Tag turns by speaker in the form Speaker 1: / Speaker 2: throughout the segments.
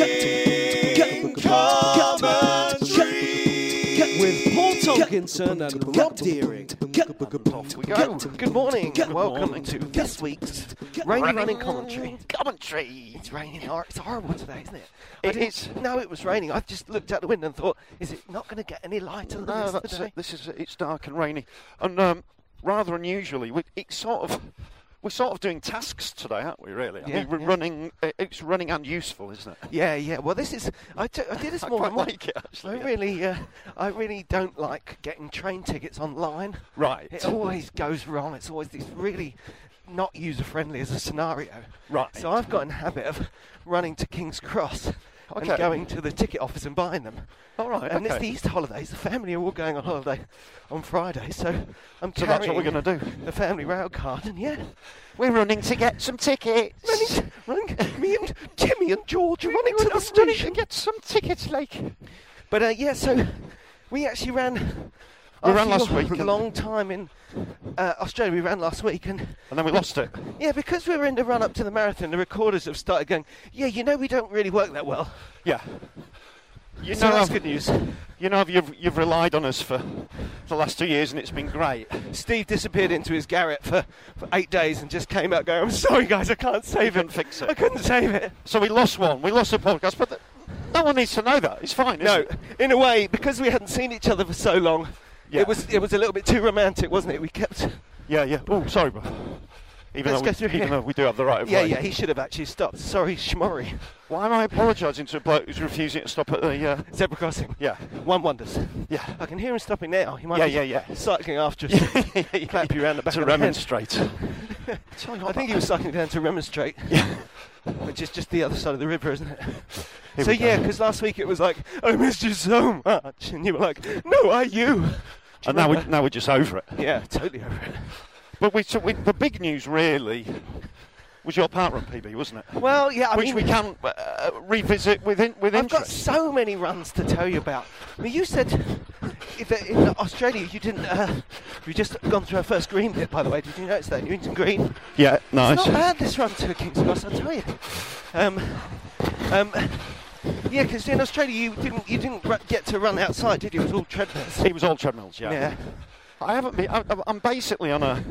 Speaker 1: Running commentary.
Speaker 2: with Paul Tolkinson and Rob Deering.
Speaker 1: Off we go. Good morning and welcome to this week's Rainy Running Commentary.
Speaker 2: Commentary.
Speaker 1: It's raining hard. It's horrible today, isn't it? I
Speaker 2: It
Speaker 1: didn't
Speaker 2: is.
Speaker 1: know it was raining. I just looked out the window and thought, is it not going to get any lighter than
Speaker 2: No,
Speaker 1: this
Speaker 2: that's
Speaker 1: today?
Speaker 2: it. This is it's dark and rainy, and um, rather unusually, we, it's sort of we're sort of doing tasks today, aren't we? Really? I
Speaker 1: Yeah,
Speaker 2: mean, we're
Speaker 1: yeah.
Speaker 2: running. i- It's running and useful, isn't it?
Speaker 1: Yeah, yeah. Well, this is. I, t- I did this
Speaker 2: I
Speaker 1: more.
Speaker 2: quite
Speaker 1: and more.
Speaker 2: like it, actually,
Speaker 1: I
Speaker 2: yeah.
Speaker 1: really, uh, I really don't like getting train tickets online.
Speaker 2: Right.
Speaker 1: It always goes wrong. It's always it's really not user friendly as a scenario.
Speaker 2: Right.
Speaker 1: So I've got a habit of running to King's Cross.
Speaker 2: Okay.
Speaker 1: And going to the ticket office and buying them.
Speaker 2: All right,
Speaker 1: And it's
Speaker 2: okay.
Speaker 1: the Easter holidays. The family are all going on holiday on Friday, so I'm
Speaker 2: So that's what we're
Speaker 1: carrying
Speaker 2: gonna do.
Speaker 1: The family rail card, and yeah,
Speaker 2: We're running to get some tickets.
Speaker 1: running, running. Me and Jimmy and George are running to
Speaker 2: We're
Speaker 1: the
Speaker 2: running
Speaker 1: station.
Speaker 2: to get some tickets, like.
Speaker 1: But uh, yeah, so we actually ran.
Speaker 2: We ran
Speaker 1: after
Speaker 2: last
Speaker 1: your
Speaker 2: week, and-
Speaker 1: Long time in uh, Australia. We ran last week, and
Speaker 2: And then we lost it.
Speaker 1: yeah, because we were in the run up to the marathon, the recorders have started going. Yeah, you know we don't really work that well.
Speaker 2: Yeah. You
Speaker 1: so
Speaker 2: know,
Speaker 1: that's
Speaker 2: I've-
Speaker 1: good news.
Speaker 2: You know, you've you've relied on us for the last two years, and it's been great.
Speaker 1: Steve disappeared into his garret for, for eight days and just came out going, "I'm sorry, guys, I can't save it.
Speaker 2: Couldn't fix it.
Speaker 1: I couldn't save it."
Speaker 2: So we lost one. We lost a podcast, but th- no one needs to know that. It's fine.
Speaker 1: No,
Speaker 2: isn't it?
Speaker 1: in a way, because we hadn't seen each other for so long,
Speaker 2: Yeah.
Speaker 1: it was it was a little bit too romantic, wasn't it? We kept.
Speaker 2: Yeah, yeah. Oh, sorry, bro. Even,
Speaker 1: Let's
Speaker 2: though
Speaker 1: go
Speaker 2: we,
Speaker 1: through
Speaker 2: even
Speaker 1: here.
Speaker 2: though we do have the right of
Speaker 1: Yeah,
Speaker 2: way.
Speaker 1: yeah, he should have actually stopped. Sorry, Shmori.
Speaker 2: Why am I apologising to a bloke who's refusing to stop at the? Uh,
Speaker 1: Zebra crossing.
Speaker 2: yeah,
Speaker 1: One wonders.
Speaker 2: yeah.
Speaker 1: I can hear him stopping now. He might
Speaker 2: Yeah,
Speaker 1: be
Speaker 2: yeah, yeah.
Speaker 1: cycling after us. Clap you round the back
Speaker 2: to
Speaker 1: of the head.
Speaker 2: remonstrate. Tell you
Speaker 1: I
Speaker 2: what,
Speaker 1: think he
Speaker 2: that-
Speaker 1: was cycling down to remonstrate,
Speaker 2: Yeah.
Speaker 1: which is just the other side of the river, isn't it?
Speaker 2: Here
Speaker 1: so
Speaker 2: we go.
Speaker 1: yeah, because last week it was like, I missed you so much, and you were like, No, are you?
Speaker 2: And now, we,
Speaker 1: remember?
Speaker 2: now we're just over it.
Speaker 1: Yeah, totally over it.
Speaker 2: But we, so we, the big news really was your part run PB, wasn't it?
Speaker 1: Well, yeah, I
Speaker 2: Which
Speaker 1: mean,
Speaker 2: we can uh, revisit with in, with
Speaker 1: I've got
Speaker 2: interest.
Speaker 1: so many runs to tell you about. I mean, you said i- that in Australia you didn't. Uh, you just gone through our first green bit, by the way. Did you notice that Newington Green?
Speaker 2: yeah, nice.
Speaker 1: It's not bad this run to King's Cross, I tell you. Um, um, yeah, because in Australia you didn't you didn't ru- get to run outside, did you? It was all treadmills.
Speaker 2: It was all treadmills, yeah.
Speaker 1: Yeah.
Speaker 2: I haven't been. I, I'm basically on a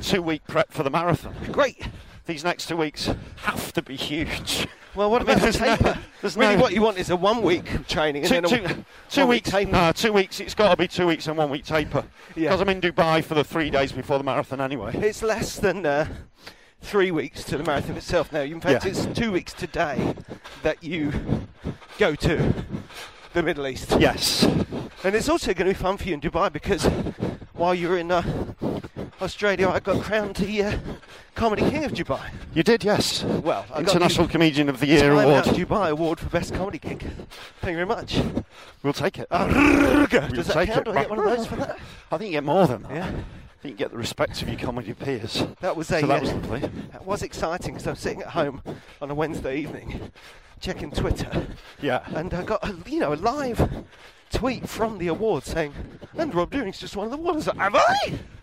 Speaker 2: two-week prep for the marathon.
Speaker 1: Great.
Speaker 2: These next two weeks have to be huge.
Speaker 1: Well, what
Speaker 2: I mean,
Speaker 1: about the
Speaker 2: there's no-
Speaker 1: taper?
Speaker 2: there's
Speaker 1: really,
Speaker 2: no-
Speaker 1: what you want is a one-week training and
Speaker 2: two,
Speaker 1: then a
Speaker 2: two-
Speaker 1: w-
Speaker 2: two
Speaker 1: one-week
Speaker 2: weeks.
Speaker 1: taper.
Speaker 2: No, two weeks. It's got to be two weeks and one week taper.
Speaker 1: Yeah.
Speaker 2: Because I'm in Dubai for the three days before the marathon anyway.
Speaker 1: It's less than uh, three weeks to the marathon itself now. In fact,
Speaker 2: Yeah.
Speaker 1: it's two weeks today that you go to the Middle East.
Speaker 2: Yes.
Speaker 1: And it's also going to be fun for you in Dubai because while you were in uh, Australia, I got crowned the uh, Comedy King of Dubai.
Speaker 2: You did, yes.
Speaker 1: Well, I got
Speaker 2: International
Speaker 1: the
Speaker 2: Comedian of the Year
Speaker 1: Time Out
Speaker 2: award.
Speaker 1: Dubai Award for Best Comedy Gig. Thank you very much.
Speaker 2: We'll take it.
Speaker 1: Ah.
Speaker 2: We'll
Speaker 1: Does that
Speaker 2: take
Speaker 1: count? Do
Speaker 2: it.
Speaker 1: I get one of those for that?
Speaker 2: I think you get more than that.
Speaker 1: Yeah.
Speaker 2: I think you get the respect of your comedy peers.
Speaker 1: That was a
Speaker 2: So that
Speaker 1: uh,
Speaker 2: was lovely.
Speaker 1: That was exciting because I'm sitting at home on a Wednesday evening checking Twitter,
Speaker 2: Yeah.
Speaker 1: and I got a, you know a live tweet from the award saying, "And Rob Deering's just won the award." I was like, "Have I?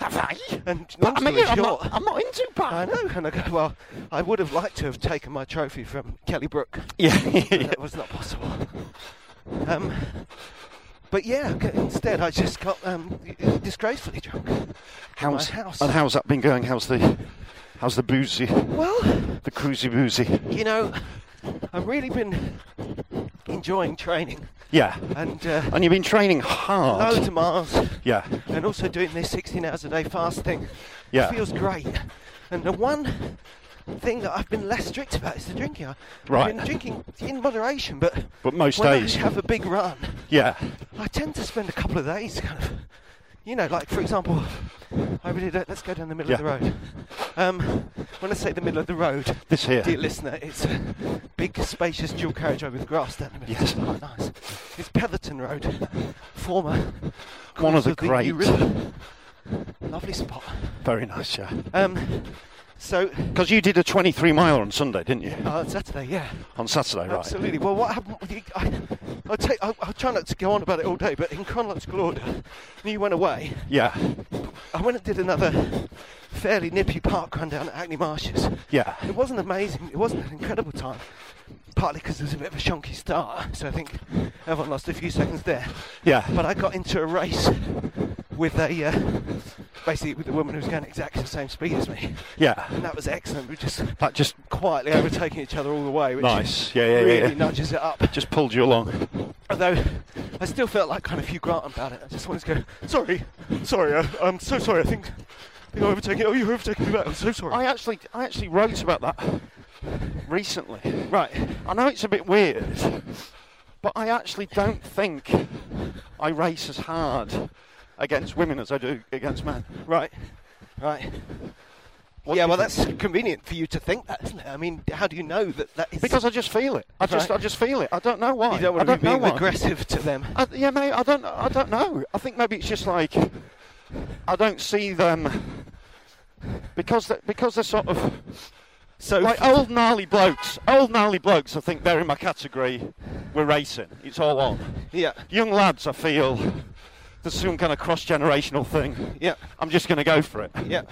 Speaker 2: Have I?
Speaker 1: And long
Speaker 2: But I mean,
Speaker 1: story
Speaker 2: I'm
Speaker 1: short,
Speaker 2: not, I'm not into
Speaker 1: I
Speaker 2: Pat.
Speaker 1: know, and I go, well, I would have liked to have taken my trophy from Kelly Brook. but
Speaker 2: Yeah.
Speaker 1: that was not possible. Um, but yeah, c- instead I just got um, disgracefully drunk.
Speaker 2: how's
Speaker 1: my house.
Speaker 2: and how's that been going? How's the how's the boozy,
Speaker 1: Well,
Speaker 2: the cruisy boozy?
Speaker 1: you know, I've really been enjoying training
Speaker 2: Yeah.
Speaker 1: and uh,
Speaker 2: And you've been training hard.
Speaker 1: loads of miles
Speaker 2: Yeah.
Speaker 1: and also doing this 16 hours a day fasting.
Speaker 2: Yeah.
Speaker 1: It feels great. And the one thing that I've been less strict about is the drinking. I-
Speaker 2: Right.
Speaker 1: I've been drinking in moderation, but
Speaker 2: But most
Speaker 1: when
Speaker 2: days.
Speaker 1: I have a big run,
Speaker 2: Yeah.
Speaker 1: I tend to spend a couple of days kind of, you know, like for example, I really don't. Let's go down the middle
Speaker 2: Yeah.
Speaker 1: of the road. Um, when I say the middle of the road,
Speaker 2: This here.
Speaker 1: dear listener, it's a big, spacious dual carriageway with grass down the middle.
Speaker 2: Yes.
Speaker 1: It's quite nice. It's Petherton Road, former
Speaker 2: One of
Speaker 1: course
Speaker 2: the
Speaker 1: New
Speaker 2: great.
Speaker 1: River. Lovely spot.
Speaker 2: Very nice, yeah.
Speaker 1: Um, so
Speaker 2: Because you did a 23 mile on Sunday, didn't you?
Speaker 1: oh, on Saturday, yeah.
Speaker 2: on Saturday, right?
Speaker 1: Absolutely. Well, what happened? with the- I, I'll, take, I'll, I'll try not to go on about it all day, but in chronological order, you went away.
Speaker 2: Yeah.
Speaker 1: I went and did another fairly nippy park run down at Hackney Marshes.
Speaker 2: Yeah.
Speaker 1: It wasn't amazing, it wasn't an incredible time, partly because it was a bit of a shonky start, so I think everyone lost a few seconds there.
Speaker 2: Yeah.
Speaker 1: But I got into a race with a, uh, basically with a woman who was going exactly the same speed as me, and
Speaker 2: yeah.
Speaker 1: that was excellent. We were just
Speaker 2: That just
Speaker 1: quietly overtaking each other all the way, which
Speaker 2: nice. Yeah, yeah, yeah,
Speaker 1: really
Speaker 2: yeah.
Speaker 1: nudges it up.
Speaker 2: Just pulled you along.
Speaker 1: Although I still felt like kind of Hugh Grant about it. I just wanted to go, sorry, sorry, I, I'm so sorry. I think, I think I overtook it. Oh, you overtaken me back. I'm so sorry.
Speaker 2: I actually, I actually wrote about that recently.
Speaker 1: right.
Speaker 2: I know it's a bit weird, but I actually don't think I race as hard against women as I do against men.
Speaker 1: Right. Right.
Speaker 2: What
Speaker 1: yeah,
Speaker 2: do
Speaker 1: well,
Speaker 2: you think?
Speaker 1: that's convenient for you to think that, isn't it? I mean, how do you know that that is?
Speaker 2: because I just feel it. I just,
Speaker 1: Right.
Speaker 2: I just feel it. I don't know why.
Speaker 1: you don't
Speaker 2: I
Speaker 1: want to
Speaker 2: don't
Speaker 1: be
Speaker 2: know
Speaker 1: being
Speaker 2: why.
Speaker 1: aggressive to them.
Speaker 2: I, yeah, mate. I don't. I don't know. I think maybe it's just like I don't see them because they, because they're sort of
Speaker 1: So,
Speaker 2: like oh, old gnarly blokes. Old gnarly blokes. I think they're in my category. We're racing. It's all on.
Speaker 1: yeah,
Speaker 2: Young lads, I feel there's some kind of cross generational thing.
Speaker 1: yeah,
Speaker 2: I'm just going to go for it.
Speaker 1: yeah.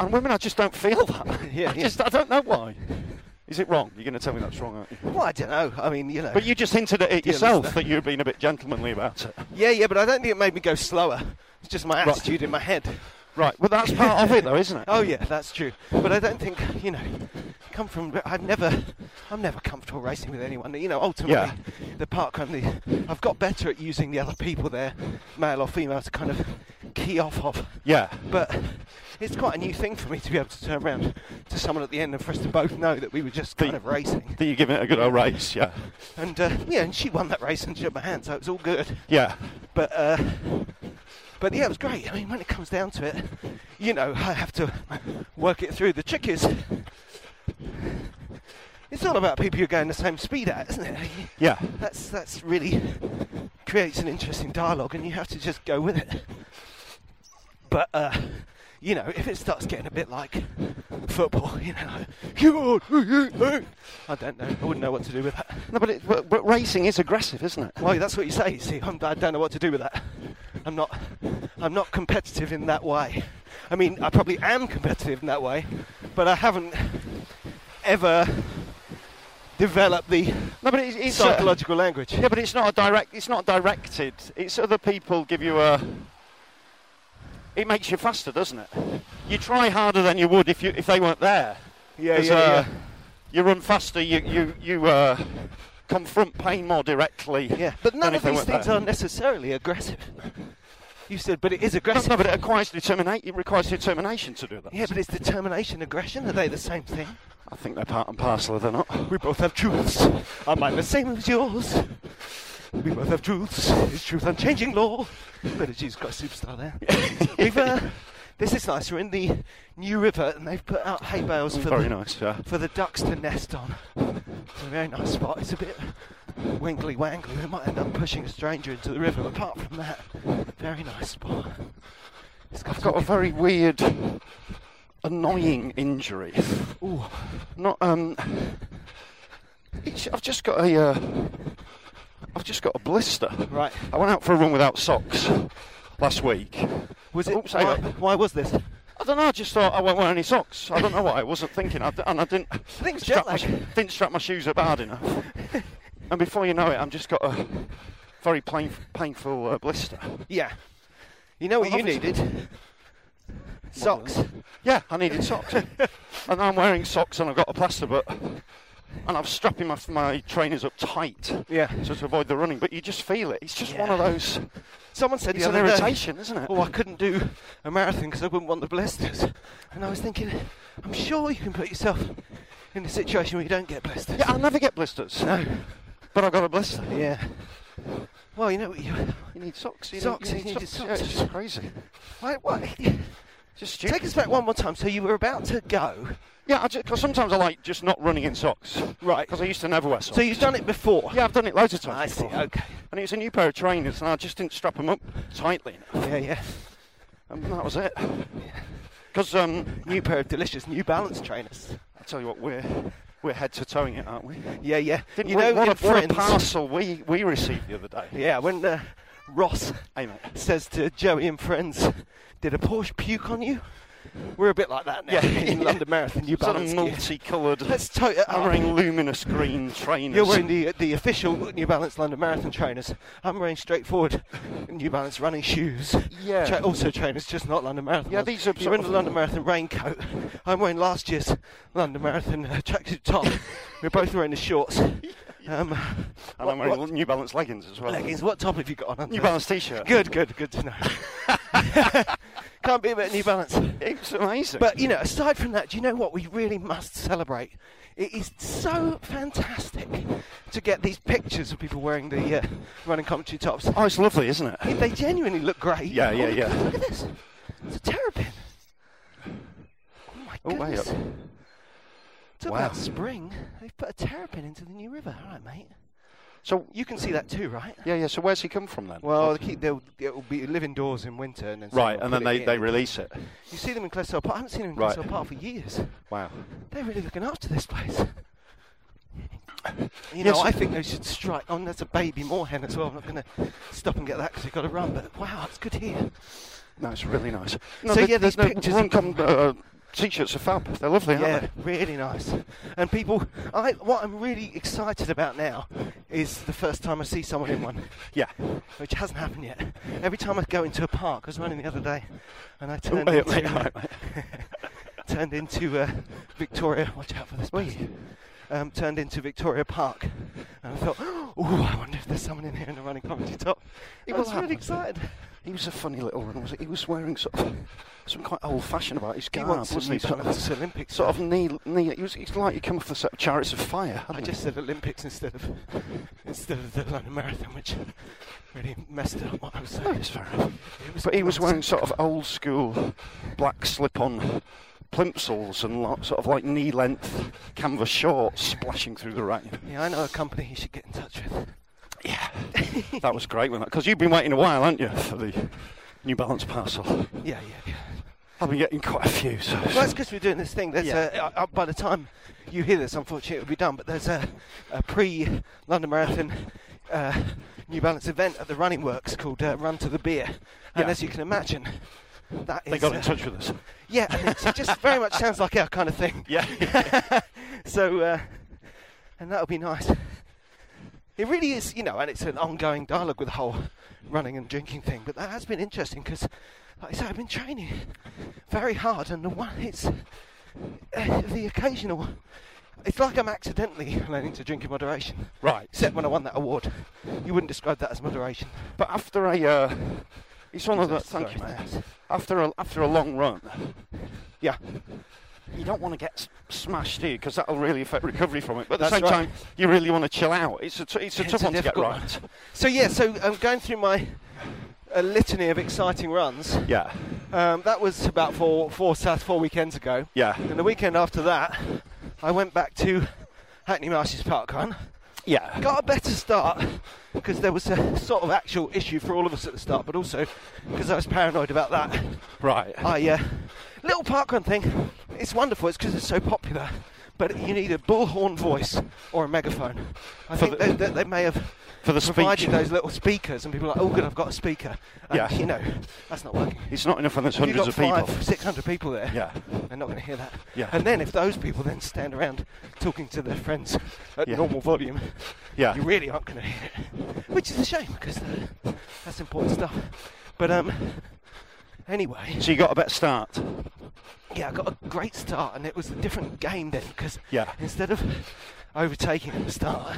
Speaker 2: And women, I just don't feel that.
Speaker 1: Yeah,
Speaker 2: I
Speaker 1: yeah.
Speaker 2: just I don't know why. Is it wrong? You're going to tell me that's wrong, aren't you?
Speaker 1: Well, I don't know. I mean, you know.
Speaker 2: But you just hinted at it
Speaker 1: Yeah,
Speaker 2: yourself
Speaker 1: listen.
Speaker 2: that you're being a bit gentlemanly about it.
Speaker 1: yeah, yeah, but I don't think it made me go slower. It's just my attitude in my head.
Speaker 2: Right. Well, that's part of it, though, isn't it?
Speaker 1: Oh yeah, that's true. But I don't think you know. Come from I've never, I'm never comfortable racing with anyone. You know, ultimately,
Speaker 2: Yeah.
Speaker 1: the park run. The, I've got better at using the other people there, male or female, to kind of key off of.
Speaker 2: Yeah.
Speaker 1: But it's quite a new thing for me to be able to turn around to someone at the end and for us to both know that we were just kind
Speaker 2: The-
Speaker 1: of racing.
Speaker 2: That you're giving it a good old race. Yeah.
Speaker 1: And uh, yeah, and she won that race and shook my hand, so it was all good.
Speaker 2: Yeah.
Speaker 1: But uh, but yeah, it was great. I mean, when it comes down to it, you know, I have to work it through. The trick is, it's all about people you're going the same speed at, isn't it?
Speaker 2: Yeah.
Speaker 1: That's that's really creates an interesting dialogue, and you have to just go with it. But uh, you know, if it starts getting a bit like football, you know, come on, I don't know. I wouldn't know what to do with that.
Speaker 2: No, but, it, but but racing is aggressive, isn't it?
Speaker 1: Well, that's what you say. See, I'm, I don't know what to do with that. I'm not, I'm not competitive in that way. I mean, I probably am competitive in that way, but I haven't ever developed the
Speaker 2: No, but it, it's uh,
Speaker 1: psychological language.
Speaker 2: Yeah, but it's not a direct. It's not directed. It's other people give you a. It makes you faster, doesn't it? You try harder than you would if you if they weren't there.
Speaker 1: yeah,
Speaker 2: 'Cause, uh, You run faster. You you you uh, confront pain more directly.
Speaker 1: yeah. But
Speaker 2: than
Speaker 1: none
Speaker 2: if
Speaker 1: of
Speaker 2: they
Speaker 1: these
Speaker 2: weren't
Speaker 1: things
Speaker 2: there.
Speaker 1: are necessarily aggressive. You said, but it is
Speaker 2: No,
Speaker 1: aggressive.
Speaker 2: no, but it requires determination. It requires determination to do that.
Speaker 1: yeah, but it's determination, aggression. Are they the same thing?
Speaker 2: I think they're part and parcel, are they not?
Speaker 1: We both have truths. Are mine the same as yours? We both have truths. It's truth unchanging law. But it's Jesus Christ superstar there. We've uh, this is nice. We're in the New River, and they've put out hay bales for
Speaker 2: Very
Speaker 1: the,
Speaker 2: nice. Yeah.
Speaker 1: for the ducks to nest on. It's a very nice spot. It's a bit winkly wangly. We might end up pushing a stranger into the river. Apart from that, very nice spot. It's got,
Speaker 2: I've got a very weird, annoying injury.
Speaker 1: Ooh.
Speaker 2: Not um. It's- I've just got a. Uh, I've just got a blister.
Speaker 1: Right.
Speaker 2: I went out for a run without socks last week.
Speaker 1: Was it?
Speaker 2: Oops, Oh, hang
Speaker 1: why,
Speaker 2: on.
Speaker 1: why was this?
Speaker 2: I don't know. I just thought I won't wear any socks. I don't know what I wasn't thinking. I d- and I didn't.
Speaker 1: think it's
Speaker 2: strap my,
Speaker 1: jet lag.
Speaker 2: sh- didn't strap my shoes up hard enough. and before you know it, I've just got a very plain, painful uh, blister.
Speaker 1: Yeah. You know what
Speaker 2: Well,
Speaker 1: you
Speaker 2: obviously-
Speaker 1: needed? Socks.
Speaker 2: Yeah, I needed socks. and I'm wearing socks and I've got a plaster, but and I'm strapping my, my trainers up tight.
Speaker 1: Yeah.
Speaker 2: So to avoid the running, but you just feel it. It's just one
Speaker 1: Yeah.
Speaker 2: of those.
Speaker 1: Someone said
Speaker 2: It's
Speaker 1: the
Speaker 2: an
Speaker 1: other day,
Speaker 2: irritation, isn't it?
Speaker 1: Oh, I couldn't do a marathon because I wouldn't want the blisters. And I was thinking, I'm sure you can put yourself in a situation where you don't get blisters.
Speaker 2: Yeah, I never get blisters.
Speaker 1: No.
Speaker 2: But I got a blister.
Speaker 1: Yeah. Well, you know what you.
Speaker 2: You need socks. You
Speaker 1: Socks,
Speaker 2: Need, you
Speaker 1: you
Speaker 2: need
Speaker 1: need
Speaker 2: socks. Yeah,
Speaker 1: socks.
Speaker 2: it's just crazy.
Speaker 1: Why, why?
Speaker 2: Just stupid.
Speaker 1: Take us back one more time. So you were about to go.
Speaker 2: Yeah, I just, cause sometimes I like just not running in socks.
Speaker 1: Right.
Speaker 2: Because I used to never wear socks.
Speaker 1: So you've done it before.
Speaker 2: Yeah, I've done it loads of times.
Speaker 1: I see,
Speaker 2: before.
Speaker 1: okay.
Speaker 2: And it was a new pair of trainers, and I just didn't strap them up tightly enough,
Speaker 1: Yeah, yeah.
Speaker 2: and that was it. Because um,
Speaker 1: New pair of delicious New Balance trainers.
Speaker 2: I tell you what, we're we're head to toeing it, aren't we?
Speaker 1: Yeah, yeah.
Speaker 2: Didn't
Speaker 1: you
Speaker 2: we?
Speaker 1: know, in
Speaker 2: what, a, what a
Speaker 1: Friends-
Speaker 2: parcel we, we received the other day.
Speaker 1: Yeah, when uh, Ross
Speaker 2: Hey, mate.
Speaker 1: says to Joey and friends, "Did a Porsche puke on you?" We're a bit like that now
Speaker 2: Yeah.
Speaker 1: in London Marathon. New
Speaker 2: Sort of
Speaker 1: Balance. gear.
Speaker 2: multicoloured,
Speaker 1: Let's tow it up.
Speaker 2: I'm wearing luminous green trainers.
Speaker 1: You're wearing the the official New Balance London Marathon trainers. I'm wearing straightforward New Balance running shoes.
Speaker 2: Yeah.
Speaker 1: Tra- also trainers, just not London Marathon.
Speaker 2: Yeah,
Speaker 1: ones.
Speaker 2: these are
Speaker 1: You're
Speaker 2: sort
Speaker 1: in the
Speaker 2: of-
Speaker 1: London Marathon raincoat. I'm wearing last year's London Marathon uh, tracksuit top. We're both wearing the shorts. Um,
Speaker 2: and
Speaker 1: what-
Speaker 2: I'm wearing
Speaker 1: what-
Speaker 2: New Balance leggings as well.
Speaker 1: leggings. What top have you got on? under
Speaker 2: New
Speaker 1: there?
Speaker 2: Balance t-shirt.
Speaker 1: Good, good, good to know. Can't be about New Balance.
Speaker 2: It was amazing.
Speaker 1: But you know, aside from that, do you know what we really must celebrate? It is so fantastic to get these pictures of people wearing the uh, running commentary tops.
Speaker 2: oh, it's lovely, isn't it?
Speaker 1: They genuinely look great.
Speaker 2: Yeah, yeah,
Speaker 1: Oh, look-
Speaker 2: yeah.
Speaker 1: Look at this. It's a terrapin. Oh my
Speaker 2: Oh, way
Speaker 1: goodness.
Speaker 2: up.
Speaker 1: Talk
Speaker 2: Wow.
Speaker 1: about spring. They've put a terrapin into the new river. All right, mate.
Speaker 2: So
Speaker 1: You can see that too, right?
Speaker 2: yeah, yeah. So where's he come from then?
Speaker 1: Well, they keep, they'll, they'll be live indoors in winter, and then someone
Speaker 2: right, and
Speaker 1: will
Speaker 2: then
Speaker 1: put it
Speaker 2: they,
Speaker 1: in.
Speaker 2: they release it.
Speaker 1: You see them in Clessell Park. I haven't seen them in
Speaker 2: Right.
Speaker 1: Clessell Park for years.
Speaker 2: Wow.
Speaker 1: They're really looking after this place. You
Speaker 2: Yes.
Speaker 1: know, I think they should strike. Oh, and there's a baby moorhen as well. I'm not going to stop and get that because you've got to run. But wow, it's good here.
Speaker 2: No, it's really nice. No,
Speaker 1: So,
Speaker 2: the-
Speaker 1: yeah,
Speaker 2: the-
Speaker 1: these
Speaker 2: the
Speaker 1: pictures
Speaker 2: Run
Speaker 1: are-
Speaker 2: com- uh, t-shirts are fab. They're lovely, aren't
Speaker 1: Yeah,
Speaker 2: they?
Speaker 1: really nice. And people, I what I'm really excited about now is the first time I see someone in one,
Speaker 2: Yeah.
Speaker 1: which hasn't happened yet. Every time I go into a park, I was running the other day, and I
Speaker 2: Oh,
Speaker 1: turned
Speaker 2: wait,
Speaker 1: into,
Speaker 2: wait, wait, wait.
Speaker 1: turned into uh, Victoria. Watch out for this. person. Um, turned into Victoria Park, and I thought, oh, I wonder if there's someone in here in a running comedy top.
Speaker 2: It
Speaker 1: I
Speaker 2: will
Speaker 1: was really
Speaker 2: happen.
Speaker 1: excited.
Speaker 2: He was a funny little one, was he? He was wearing sort of some quite old-fashioned about his
Speaker 1: He
Speaker 2: garb,
Speaker 1: wants
Speaker 2: wasn't he?
Speaker 1: to
Speaker 2: Sort of,
Speaker 1: Olympics.
Speaker 2: sort of knee, knee. He was. He's like he come off the set of chariots of fire. hadn't
Speaker 1: I
Speaker 2: he?
Speaker 1: just said Olympics instead of instead of the London Marathon, which really messed up what I was
Speaker 2: No,
Speaker 1: saying.
Speaker 2: it's fair enough.
Speaker 1: It was
Speaker 2: But he was wearing
Speaker 1: nonsense.
Speaker 2: sort of old-school black slip-on plimsolls and lo- sort of like knee-length canvas shorts splashing through the rain.
Speaker 1: Yeah, I know a company he should get in touch with.
Speaker 2: Yeah, that was great, wasn't it? Because you've been waiting a while, haven't you, for the New Balance parcel?
Speaker 1: Yeah, yeah, yeah.
Speaker 2: I've been getting quite a few. So
Speaker 1: Well, that's because we're doing this thing. There's
Speaker 2: Yeah.
Speaker 1: a, uh, by the time you hear this, unfortunately, it'll be done. But there's a, a pre-London Marathon uh, New Balance event at the Running Works called uh, Run to the Beer, and
Speaker 2: Yeah.
Speaker 1: as you can imagine, that is
Speaker 2: they got
Speaker 1: uh,
Speaker 2: in touch with us.
Speaker 1: Yeah, and it just very much sounds like our kind of thing.
Speaker 2: Yeah.
Speaker 1: so, uh, and that'll be nice. It really is, you know, and it's an ongoing dialogue with the whole running and drinking thing. But that has been interesting because, like I say, I've been training very hard, and the one it's uh, the occasional. It's like I'm accidentally learning to drink in moderation.
Speaker 2: Right.
Speaker 1: Except when I won that award, you wouldn't describe that as moderation.
Speaker 2: But after a, uh, it's one of the. Thank
Speaker 1: Sorry,
Speaker 2: you, mate.
Speaker 1: mate.
Speaker 2: After a after a long run,
Speaker 1: Yeah,
Speaker 2: you don't want to get s- smashed, do you? Because that'll really affect recovery from it. But at the
Speaker 1: That's
Speaker 2: same
Speaker 1: right.
Speaker 2: time, you really want to chill out. It's a t- it's a
Speaker 1: It's
Speaker 2: tough
Speaker 1: a
Speaker 2: one to get
Speaker 1: difficult
Speaker 2: right.
Speaker 1: So yeah, so I'm going through my uh, litany of exciting runs.
Speaker 2: Yeah.
Speaker 1: Um, that was about four, four South four weekends ago.
Speaker 2: Yeah.
Speaker 1: And the weekend after that, I went back to Hackney Marshes Park Run.
Speaker 2: Yeah.
Speaker 1: Got a better start because there was a sort of actual issue for all of us at the start, but also because I was paranoid about that.
Speaker 2: Right.
Speaker 1: I uh, little park run thing. It's wonderful. It's because it's so popular. But you need a bullhorn voice or a megaphone. I
Speaker 2: For
Speaker 1: think
Speaker 2: the-
Speaker 1: they, they, they may have
Speaker 2: For the
Speaker 1: provided
Speaker 2: speech.
Speaker 1: those little speakers, and people are like, "Oh, good, I've got a speaker." And,
Speaker 2: Yeah.
Speaker 1: you know, that's not working.
Speaker 2: It's not enough when there's
Speaker 1: If you've
Speaker 2: hundreds of
Speaker 1: got
Speaker 2: people.
Speaker 1: five, six hundred people there.
Speaker 2: Yeah.
Speaker 1: they're not going to hear that.
Speaker 2: Yeah.
Speaker 1: And then if those people then stand around talking to their friends at
Speaker 2: Yeah.
Speaker 1: normal volume,
Speaker 2: Yeah.
Speaker 1: you really aren't going to hear it, which is a shame because uh, that's important stuff. But um, anyway,
Speaker 2: So you got a better start.
Speaker 1: yeah, I got a great start, and it was a different game then because
Speaker 2: Yeah.
Speaker 1: instead of overtaking at the start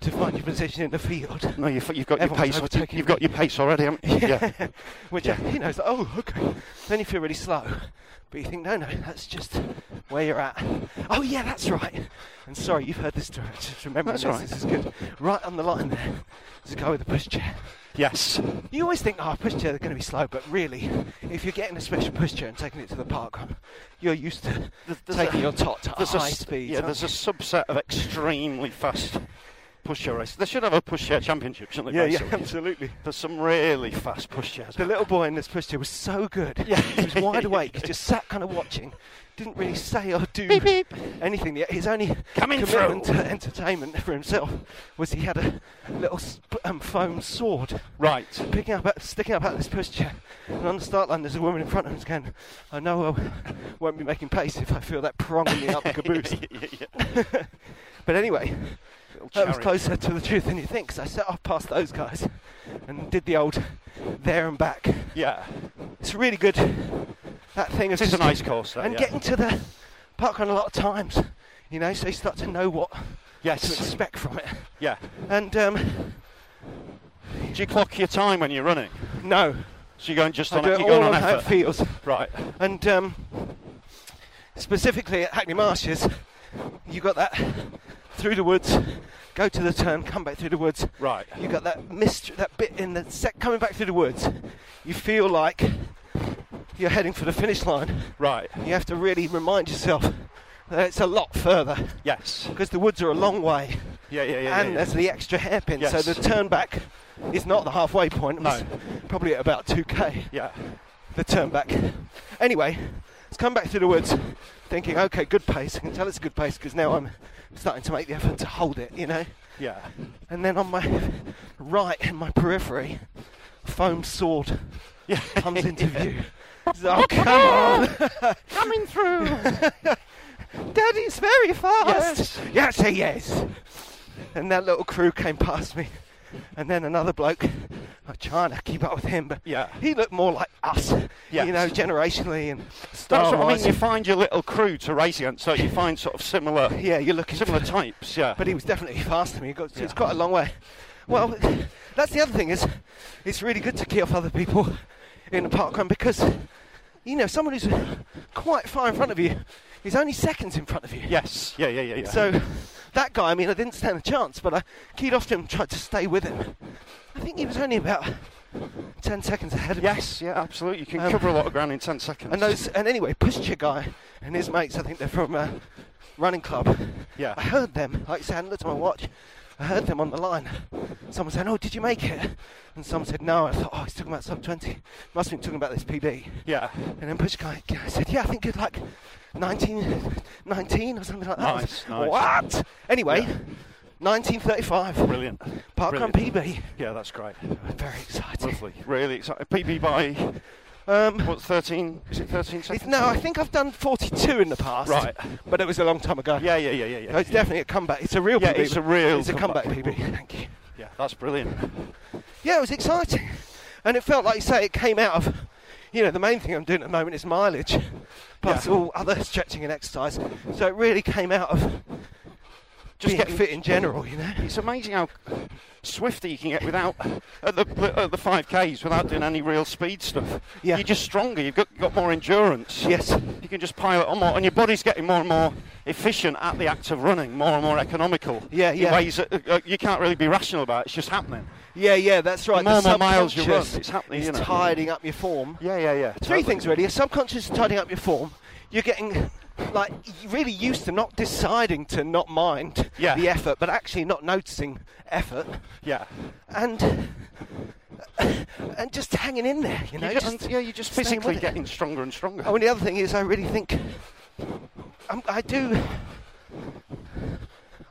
Speaker 1: to find your position in the field,
Speaker 2: No, you've, you've got
Speaker 1: Everyone's
Speaker 2: your pace.
Speaker 1: overtaking
Speaker 2: You've got your pace already, haven't you? Yeah.
Speaker 1: which
Speaker 2: Yeah.
Speaker 1: you know, it's like, oh, okay. Then you feel really slow, but you think, no, no, that's just where you're at. Oh yeah, that's right. And sorry, you've heard this story. Just remember
Speaker 2: That's
Speaker 1: this.
Speaker 2: all right.
Speaker 1: This is good. Right on the line there. There's a guy with a pushchair.
Speaker 2: Yes.
Speaker 1: You always think, oh, pushchair, they're going to be slow, but really, if you're getting a special pushchair and taking it to the park, you're used to
Speaker 2: There's
Speaker 1: taking
Speaker 2: a-
Speaker 1: your tot at
Speaker 2: there's a
Speaker 1: high
Speaker 2: s-
Speaker 1: speed.
Speaker 2: Yeah, there's a subset of extremely fast pushchair races. They should have a pushchair championship, shouldn't they?
Speaker 1: yeah, yeah,
Speaker 2: basically?
Speaker 1: absolutely.
Speaker 2: There's some really fast pushchairs.
Speaker 1: The little boy in this pushchair was so good.
Speaker 2: Yeah.
Speaker 1: He was wide awake, he just sat kind of watching. Didn't really say or do
Speaker 2: Beep, beep.
Speaker 1: anything. The- His only
Speaker 2: Coming
Speaker 1: commitment
Speaker 2: through.
Speaker 1: to entertainment for himself was he had a little sp- um, foam sword
Speaker 2: Right.
Speaker 1: picking up, out- sticking up out of this pushchair. And on the start line, there's a woman in front of him going, I know I won't be making pace if I feel that prong in the upper caboose. but anyway, that was
Speaker 2: chariot.
Speaker 1: closer to the truth than you think, 'cause I set off past those guys and did the old there and back.
Speaker 2: Yeah.
Speaker 1: It's really good. That thing is
Speaker 2: It's a nice course, that,
Speaker 1: and
Speaker 2: yeah.
Speaker 1: getting to the park run a lot of times, you know, so you start to know what to
Speaker 2: Yes.
Speaker 1: expect from it.
Speaker 2: Yeah.
Speaker 1: And um,
Speaker 2: Do you clock your time when you're running?
Speaker 1: no,
Speaker 2: So you're going just
Speaker 1: I
Speaker 2: on,
Speaker 1: do
Speaker 2: you're
Speaker 1: it
Speaker 2: going
Speaker 1: all
Speaker 2: on
Speaker 1: on how it
Speaker 2: effort.
Speaker 1: feels.
Speaker 2: Right.
Speaker 1: And um, specifically at Hackney Marshes, you got that through the woods, go to the turn, come back through the woods.
Speaker 2: Right.
Speaker 1: You got that mist, that bit in the sec coming back through the woods. You feel like you're heading for the finish line.
Speaker 2: Right.
Speaker 1: You have to really remind yourself that it's a lot further
Speaker 2: Yes.
Speaker 1: because the woods are a long way
Speaker 2: Yeah, yeah, yeah.
Speaker 1: and
Speaker 2: yeah,
Speaker 1: there's the extra hairpin.
Speaker 2: Yes.
Speaker 1: So the turn back is not the halfway point.
Speaker 2: No.
Speaker 1: It's probably at about 2k
Speaker 2: yeah.
Speaker 1: the turn back. Anyway, it's come back through the woods, thinking, okay, good pace. I can tell it's a good pace because now I'm starting to make the effort to hold it, you know.
Speaker 2: Yeah.
Speaker 1: And then on my right, in my periphery, foam sword
Speaker 2: Yeah.
Speaker 1: comes into view. Oh come on,
Speaker 2: Coming through.
Speaker 1: Daddy's very fast.
Speaker 2: Yes.
Speaker 1: Yes, he is. And that little crew came past me, and then another bloke. I'm trying to keep up with him, but
Speaker 2: Yeah.
Speaker 1: he looked more like us,
Speaker 2: Yes.
Speaker 1: you know, generationally and star
Speaker 2: That's what I mean. You find your little crew to race against, so you find sort of similar,
Speaker 1: Yeah, you're looking
Speaker 2: similar
Speaker 1: for-
Speaker 2: types. Yeah.
Speaker 1: But he was definitely faster than me. He got, It's
Speaker 2: Yeah.
Speaker 1: quite a long way. Well, that's the other thing is, it's really good to key off other people in the parkrun because, you know, someone who's quite far in front of you is only seconds in front of you.
Speaker 2: yes. Yeah, yeah, yeah, yeah.
Speaker 1: So that guy, I mean, I didn't stand a chance, but I keyed off to him, tried to stay with him. I think he was only about ten seconds ahead of me.
Speaker 2: Yes, yeah, absolutely. You can
Speaker 1: Um,
Speaker 2: cover a lot of ground in 10 seconds.
Speaker 1: And those, and anyway, Pushchair guy and his mates, I think they're from a running club.
Speaker 2: Yeah.
Speaker 1: I heard them. Like I said, I hadn't looked at my watch. I heard them on the line. Someone said, "Oh, did you make it?" And someone said, "No." I thought, "Oh, he's talking about sub 20. Must have been talking about this PB."
Speaker 2: Yeah.
Speaker 1: And then Push guy guy said, "Yeah, I think it's like 19, 19 or something like that." I was,
Speaker 2: Nice, nice.
Speaker 1: What? Anyway,
Speaker 2: Yeah.
Speaker 1: 1935.
Speaker 2: Brilliant.
Speaker 1: Parkrun
Speaker 2: Brilliant.
Speaker 1: PB.
Speaker 2: Yeah, that's great.
Speaker 1: Very exciting.
Speaker 2: Lovely. Really exciting. PB by,
Speaker 1: Um,
Speaker 2: what, 13? Is it 13 seconds?
Speaker 1: It's, no, I think I've done 42 in the past.
Speaker 2: Right.
Speaker 1: But it was a long time ago.
Speaker 2: Yeah, yeah, yeah, yeah. yeah.
Speaker 1: No, it's definitely a comeback. It's a real
Speaker 2: Yeah,
Speaker 1: PB.
Speaker 2: it's a real
Speaker 1: It's a comeback,
Speaker 2: comeback.
Speaker 1: PB. Thank you.
Speaker 2: Yeah, that's brilliant.
Speaker 1: Yeah, it was exciting. And it felt like you say it came out of, you know, the main thing I'm doing at the moment is mileage, plus
Speaker 2: Yeah.
Speaker 1: all other stretching and exercise. So it really came out of just get fit in general, you know.
Speaker 2: It's amazing how swifter you can get without at the at the five Ks without doing any real speed stuff.
Speaker 1: Yeah.
Speaker 2: You're just stronger. You've got you've got more endurance.
Speaker 1: Yes.
Speaker 2: You can just pile it on more, and your body's getting more and more efficient at the act of running, more and more economical.
Speaker 1: Yeah,
Speaker 2: In
Speaker 1: yeah.
Speaker 2: ways that, uh, you can't really be rational about. It's just happening.
Speaker 1: Yeah, yeah, that's right.
Speaker 2: more and
Speaker 1: the
Speaker 2: more miles you run,
Speaker 1: subconscious
Speaker 2: it's happening,
Speaker 1: is
Speaker 2: you know.
Speaker 1: tidying up your form.
Speaker 2: Yeah, yeah, yeah.
Speaker 1: Three things really. Your subconscious is tidying up your form. You're getting like really used to not deciding to not mind
Speaker 2: Yeah.
Speaker 1: the effort, but actually not noticing effort
Speaker 2: Yeah.
Speaker 1: and and just hanging in there. You know,
Speaker 2: You just, yeah, you're just
Speaker 1: staying
Speaker 2: physically
Speaker 1: with it.
Speaker 2: getting stronger and stronger.
Speaker 1: Oh, and the other thing is, I really think um, I do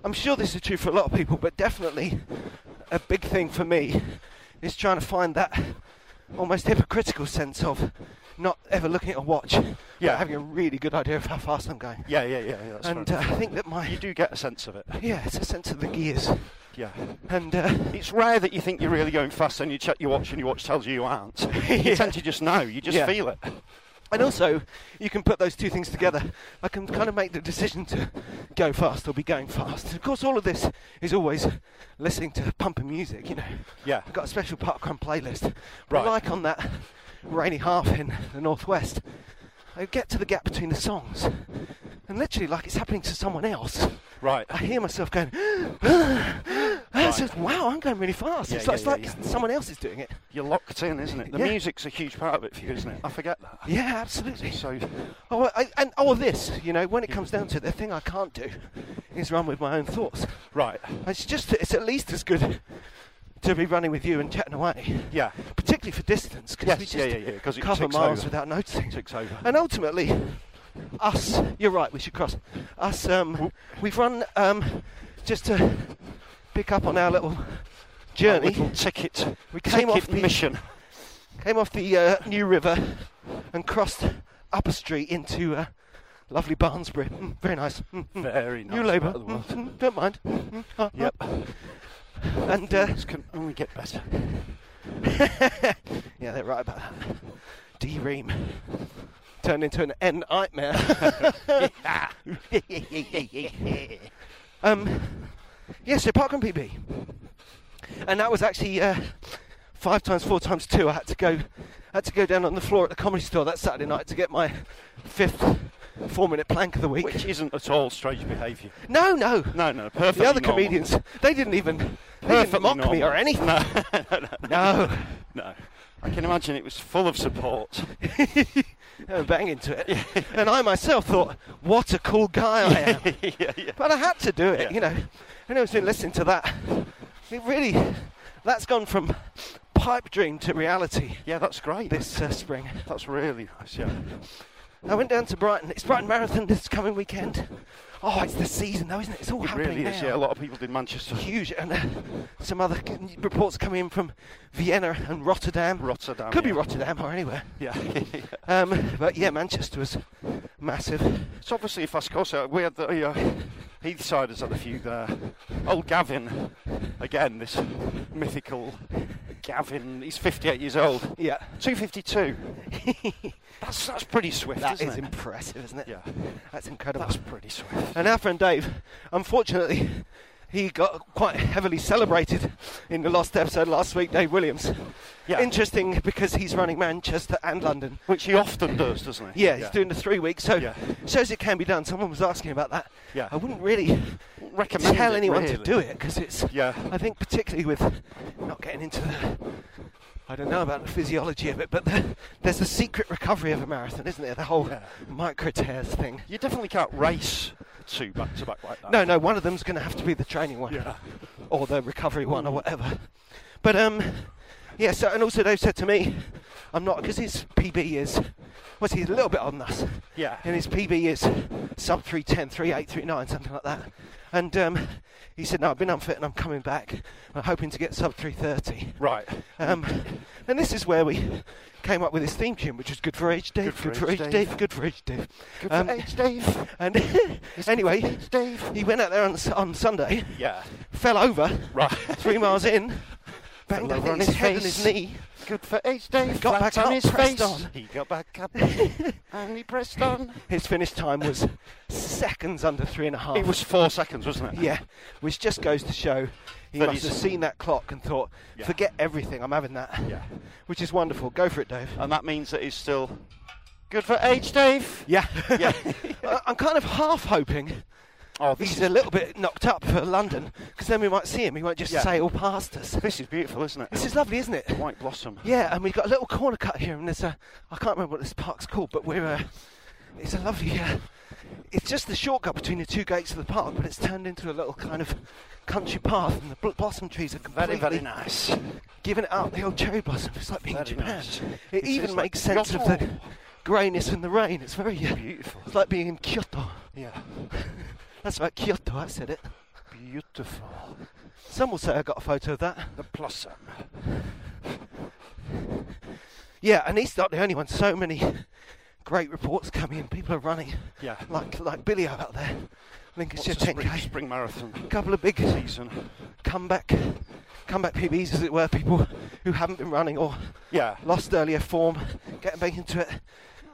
Speaker 1: I'm sure this is true for a lot of people, but definitely a big thing for me is trying to find that almost hypocritical sense of not ever looking at a watch,
Speaker 2: Yeah.
Speaker 1: but having a really good idea of how fast I'm going.
Speaker 2: Yeah, yeah, yeah. yeah that's
Speaker 1: and uh,
Speaker 2: fair
Speaker 1: I
Speaker 2: enough.
Speaker 1: think that my
Speaker 2: you do get a sense of it.
Speaker 1: yeah, it's a sense of the gears,
Speaker 2: Yeah.
Speaker 1: and uh,
Speaker 2: It's rare that you think you're really going fast and you check your watch and your watch tells you you aren't.
Speaker 1: Yeah.
Speaker 2: You tend to just know, you just
Speaker 1: Yeah.
Speaker 2: feel it.
Speaker 1: and also you can put those two things together. I can kind of make the decision to go fast or be going fast. Of course, all of this is always listening to pumping music. You know,
Speaker 2: Yeah.
Speaker 1: I've got a special parkrun playlist.
Speaker 2: Right.
Speaker 1: But like on that rainy half in the northwest, I get to the gap between the songs, and literally like it's happening to someone else.
Speaker 2: Right.
Speaker 1: I hear myself going, it's just, wow, I'm going really fast.
Speaker 2: Yeah,
Speaker 1: it's like,
Speaker 2: yeah,
Speaker 1: it's
Speaker 2: yeah,
Speaker 1: like someone else is doing it.
Speaker 2: You're locked in, isn't it? The
Speaker 1: Yeah.
Speaker 2: music's a huge part of it for you, isn't it? I forget that.
Speaker 1: Yeah, absolutely.
Speaker 2: So,
Speaker 1: Oh, I, and all of this, you know, when it comes down to it, the thing I can't do is run with my own thoughts.
Speaker 2: right.
Speaker 1: It's just, it's at least as good to be running with you and chatting away.
Speaker 2: Yeah.
Speaker 1: Particularly for distance, because
Speaker 2: Yes,
Speaker 1: we just
Speaker 2: yeah, yeah, yeah, 'cause it
Speaker 1: cover
Speaker 2: ticks
Speaker 1: miles
Speaker 2: over.
Speaker 1: without noticing.
Speaker 2: Ticks over.
Speaker 1: And ultimately, us, you're right, we should cross. Us, um, we've run, um, just to pick up on our little
Speaker 2: Our
Speaker 1: journey.
Speaker 2: little ticket,
Speaker 1: We came off
Speaker 2: ticket
Speaker 1: the-
Speaker 2: mission.
Speaker 1: came off the uh, New River and crossed up a street into uh, lovely Barnsbury. Mm, very nice. Mm, mm.
Speaker 2: Very nice.
Speaker 1: New
Speaker 2: part
Speaker 1: Labour.
Speaker 2: of the
Speaker 1: Mm,
Speaker 2: world.
Speaker 1: mm, don't mind. Mm, mm, ah,
Speaker 2: Yep.
Speaker 1: ah. And uh,
Speaker 2: Things can only get better.
Speaker 1: yeah, they're right about that. D Ream turned into an N nightmare. um, yeah, so Parkrun PB. And that was actually uh, five times four times two. I had to go, had to go down on the floor at the comedy store that Saturday night to get my fifth four-minute plank of the week.
Speaker 2: Which isn't at all strange behaviour.
Speaker 1: no, no,
Speaker 2: No, no, perfectly
Speaker 1: The other
Speaker 2: normal.
Speaker 1: comedians, they didn't even, they didn't
Speaker 2: Perfectly
Speaker 1: mock me
Speaker 2: normal.
Speaker 1: or anything.
Speaker 2: No, no, no,
Speaker 1: No,
Speaker 2: no. I can imagine it was full of support.
Speaker 1: no bang into it. And I myself thought, what a cool guy I am.
Speaker 2: yeah, yeah.
Speaker 1: But I had to do it,
Speaker 2: Yeah.
Speaker 1: you know. Anyone's been listening to that, it really, that's gone from pipe dream to reality
Speaker 2: Yeah, that's great.
Speaker 1: this uh, spring.
Speaker 2: That's really nice, yeah.
Speaker 1: I went down to Brighton. It's Brighton Marathon this coming weekend. Oh, it's the season though, isn't it? It's all
Speaker 2: It
Speaker 1: happening
Speaker 2: really is,
Speaker 1: now.
Speaker 2: yeah. A lot of people did Manchester.
Speaker 1: Huge, and uh, some other c- reports coming in from Vienna and Rotterdam.
Speaker 2: Rotterdam.
Speaker 1: Could be
Speaker 2: yeah.
Speaker 1: Rotterdam or anywhere.
Speaker 2: Yeah.
Speaker 1: Um, but yeah, Manchester was massive.
Speaker 2: it's obviously a fast course. uh, We had the uh, Heathsiders had a few there. Old Gavin, again, this mythical Gavin. He's 58 years old.
Speaker 1: Yeah.
Speaker 2: 252. that's, that's pretty swift,
Speaker 1: That
Speaker 2: isn't
Speaker 1: is
Speaker 2: it?
Speaker 1: impressive, isn't it?
Speaker 2: yeah,
Speaker 1: That's incredible.
Speaker 2: that's pretty swift.
Speaker 1: And our friend Dave, unfortunately, he got quite heavily celebrated in the last episode last week, Dave Williams.
Speaker 2: Yeah.
Speaker 1: Interesting because he's running Manchester and London.
Speaker 2: Which he often does, doesn't he?
Speaker 1: Yeah, he's doing the three weeks, so
Speaker 2: Yeah.
Speaker 1: shows it can be done. Someone was asking about that.
Speaker 2: Yeah.
Speaker 1: I wouldn't really
Speaker 2: recommend
Speaker 1: tell
Speaker 2: it,
Speaker 1: anyone to
Speaker 2: really.
Speaker 1: do it because it's.
Speaker 2: Yeah.
Speaker 1: I think particularly with not getting into the. I don't know about the physiology of it, but the, there's the secret recovery of a marathon, isn't there? The whole
Speaker 2: Yeah.
Speaker 1: micro tears thing.
Speaker 2: You definitely can't race two back to back like that.
Speaker 1: No, no, one of them's going to have to be the training one,
Speaker 2: Yeah.
Speaker 1: or the recovery one, or whatever. But um, yeah. So and also Dave said to me, I'm not because his PB is, what's he a little bit on us,
Speaker 2: Yeah.
Speaker 1: and his PB is sub 310, 3839, something like that. And um, he said, no, I've been unfit and I'm coming back. I'm hoping to get sub 330.
Speaker 2: Right.
Speaker 1: Um, and this is where we came up with this theme tune, which was good for age, Dave. Good, for age, Dave. Good for age, Dave.
Speaker 2: Good
Speaker 1: Um,
Speaker 2: for age, Dave.
Speaker 1: And anyway,
Speaker 2: Age, Dave.
Speaker 1: he went out there on, s- on Sunday,
Speaker 2: Yeah.
Speaker 1: fell over,
Speaker 2: Right.
Speaker 1: three miles in, banged
Speaker 2: Fell
Speaker 1: up
Speaker 2: over
Speaker 1: on
Speaker 2: on
Speaker 1: his,
Speaker 2: his
Speaker 1: head and
Speaker 2: face.
Speaker 1: his knee.
Speaker 2: Good for age, Dave.
Speaker 1: Got
Speaker 2: Flat
Speaker 1: back
Speaker 2: on
Speaker 1: up,
Speaker 2: his
Speaker 1: pressed
Speaker 2: face.
Speaker 1: on.
Speaker 2: He got back up and he pressed on.
Speaker 1: His finish time was seconds under three and a half.
Speaker 2: It was four seconds, wasn't it?
Speaker 1: yeah, which just goes to show he
Speaker 2: That
Speaker 1: must
Speaker 2: he's-
Speaker 1: have seen that clock and thought,
Speaker 2: Yeah.
Speaker 1: forget everything, I'm having that.
Speaker 2: Yeah. Uh,
Speaker 1: Which is wonderful. Go for it, Dave.
Speaker 2: And that means that he's still good for age, Dave.
Speaker 1: Yeah.
Speaker 2: Yeah.
Speaker 1: I- I'm kind of half hoping
Speaker 2: Oh, this
Speaker 1: he's
Speaker 2: is
Speaker 1: a little bit knocked up for London because then we might see him. He won't just
Speaker 2: Yeah.
Speaker 1: sail past us.
Speaker 2: this is beautiful, isn't it?
Speaker 1: This is lovely, isn't it?
Speaker 2: White blossom.
Speaker 1: Yeah, and we've got a little corner cut here, and there's a I can't remember what this park's called, but we're uh, it's a lovely. Uh, it's just the shortcut between the two gates of the park, but it's turned into a little kind of country path, and the bl- blossom trees are completely
Speaker 2: Very, very nice.
Speaker 1: giving it up. The old cherry blossom, it's like being in
Speaker 2: Very
Speaker 1: Japan.
Speaker 2: nice.
Speaker 1: It
Speaker 2: It's-
Speaker 1: even
Speaker 2: it's like
Speaker 1: makes sense of the
Speaker 2: Kyoto.
Speaker 1: greyness and the rain. It's very uh,
Speaker 2: Beautiful.
Speaker 1: It's like being in Kyoto.
Speaker 2: Yeah.
Speaker 1: That's right, Kyoto. I said it.
Speaker 2: beautiful.
Speaker 1: Some will say I got a photo of that.
Speaker 2: The blossom.
Speaker 1: Yeah, and he's not the only one. So many great reports coming in. People are running
Speaker 2: Yeah.
Speaker 1: like like Billy out there.
Speaker 2: What's
Speaker 1: Lincolnshire
Speaker 2: a spring,
Speaker 1: 10k.
Speaker 2: spring marathon
Speaker 1: A couple of big
Speaker 2: season.
Speaker 1: comeback comeback PBs, as it were. People who haven't been running or
Speaker 2: Yeah.
Speaker 1: lost earlier form, getting back into it.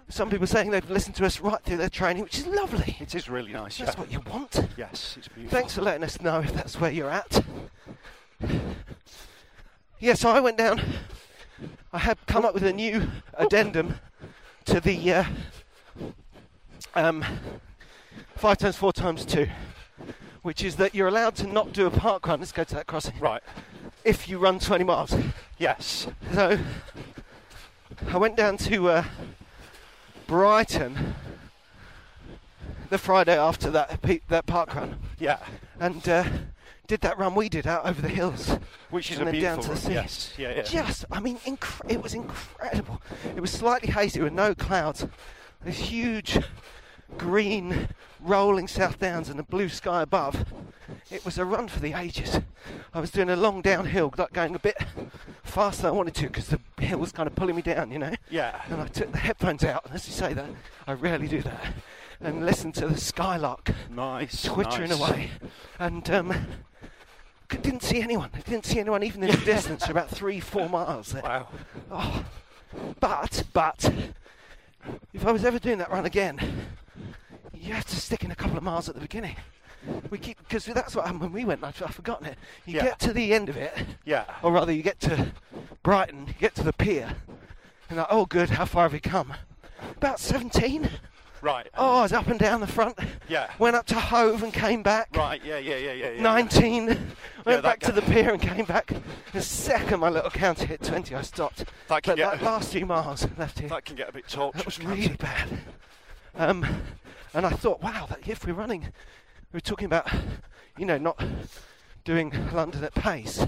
Speaker 1: Some people saying they've listened to us right through their training, which is lovely.
Speaker 2: It is really nice.
Speaker 1: That's
Speaker 2: yeah.
Speaker 1: what you want.
Speaker 2: Yes, it's beautiful.
Speaker 1: Thanks for letting us know if that's where you're at. Yeah, so I went down. I had come up with a new addendum to the uh, um, five times four times two, which is that you're allowed to not do a park run. Let's go to that crossing.
Speaker 2: Right.
Speaker 1: If you run 20 miles.
Speaker 2: Yes.
Speaker 1: So I went down to uh, Brighton the Friday after that pe- that park run
Speaker 2: Yeah.
Speaker 1: and uh, did that run we did out over the hills,
Speaker 2: Which is
Speaker 1: and
Speaker 2: a
Speaker 1: then down
Speaker 2: beautiful
Speaker 1: to the
Speaker 2: run.
Speaker 1: sea.
Speaker 2: Yes. Yeah. yeah.
Speaker 1: Just, I mean, incre- it was incredible. It was slightly hazy with no clouds. This huge green rolling South Downs and the blue sky above. It was a run for the ages. I was doing a long downhill, like going a bit faster than I wanted to because the hill was kind of pulling me down, you know?
Speaker 2: Yeah.
Speaker 1: And I took the headphones out, and as you say that, I rarely do that, and listened to the skylark
Speaker 2: Nice.
Speaker 1: twittering
Speaker 2: nice.
Speaker 1: away, and um, c- didn't see anyone. I didn't see anyone even in the distance, about three, four miles. There.
Speaker 2: Wow.
Speaker 1: Oh, but but if I was ever doing that run again, you have to stick in a couple of miles at the beginning. We keep because that's what happened when we went. and I've, I've forgotten it. You
Speaker 2: Yeah.
Speaker 1: get to the end of it,
Speaker 2: Yeah.
Speaker 1: or rather, you get to Brighton, you get to the pier, and like, oh, good, how far have we come? About 17.
Speaker 2: Right.
Speaker 1: Oh, I was up and down the front.
Speaker 2: Yeah.
Speaker 1: Went up to Hove and came back.
Speaker 2: Right. Yeah. Yeah. Yeah. Yeah. yeah.
Speaker 1: 19. Went
Speaker 2: that
Speaker 1: back to
Speaker 2: guy.
Speaker 1: the pier and came back. The second my little counter hit 20, I stopped.
Speaker 2: That can
Speaker 1: but
Speaker 2: get-
Speaker 1: that last few miles left here,
Speaker 2: That can get a bit torturous.
Speaker 1: that was
Speaker 2: can't
Speaker 1: really
Speaker 2: it?
Speaker 1: bad. Um, and I thought, wow, that if we're running, we're talking about, you know, not doing London at pace.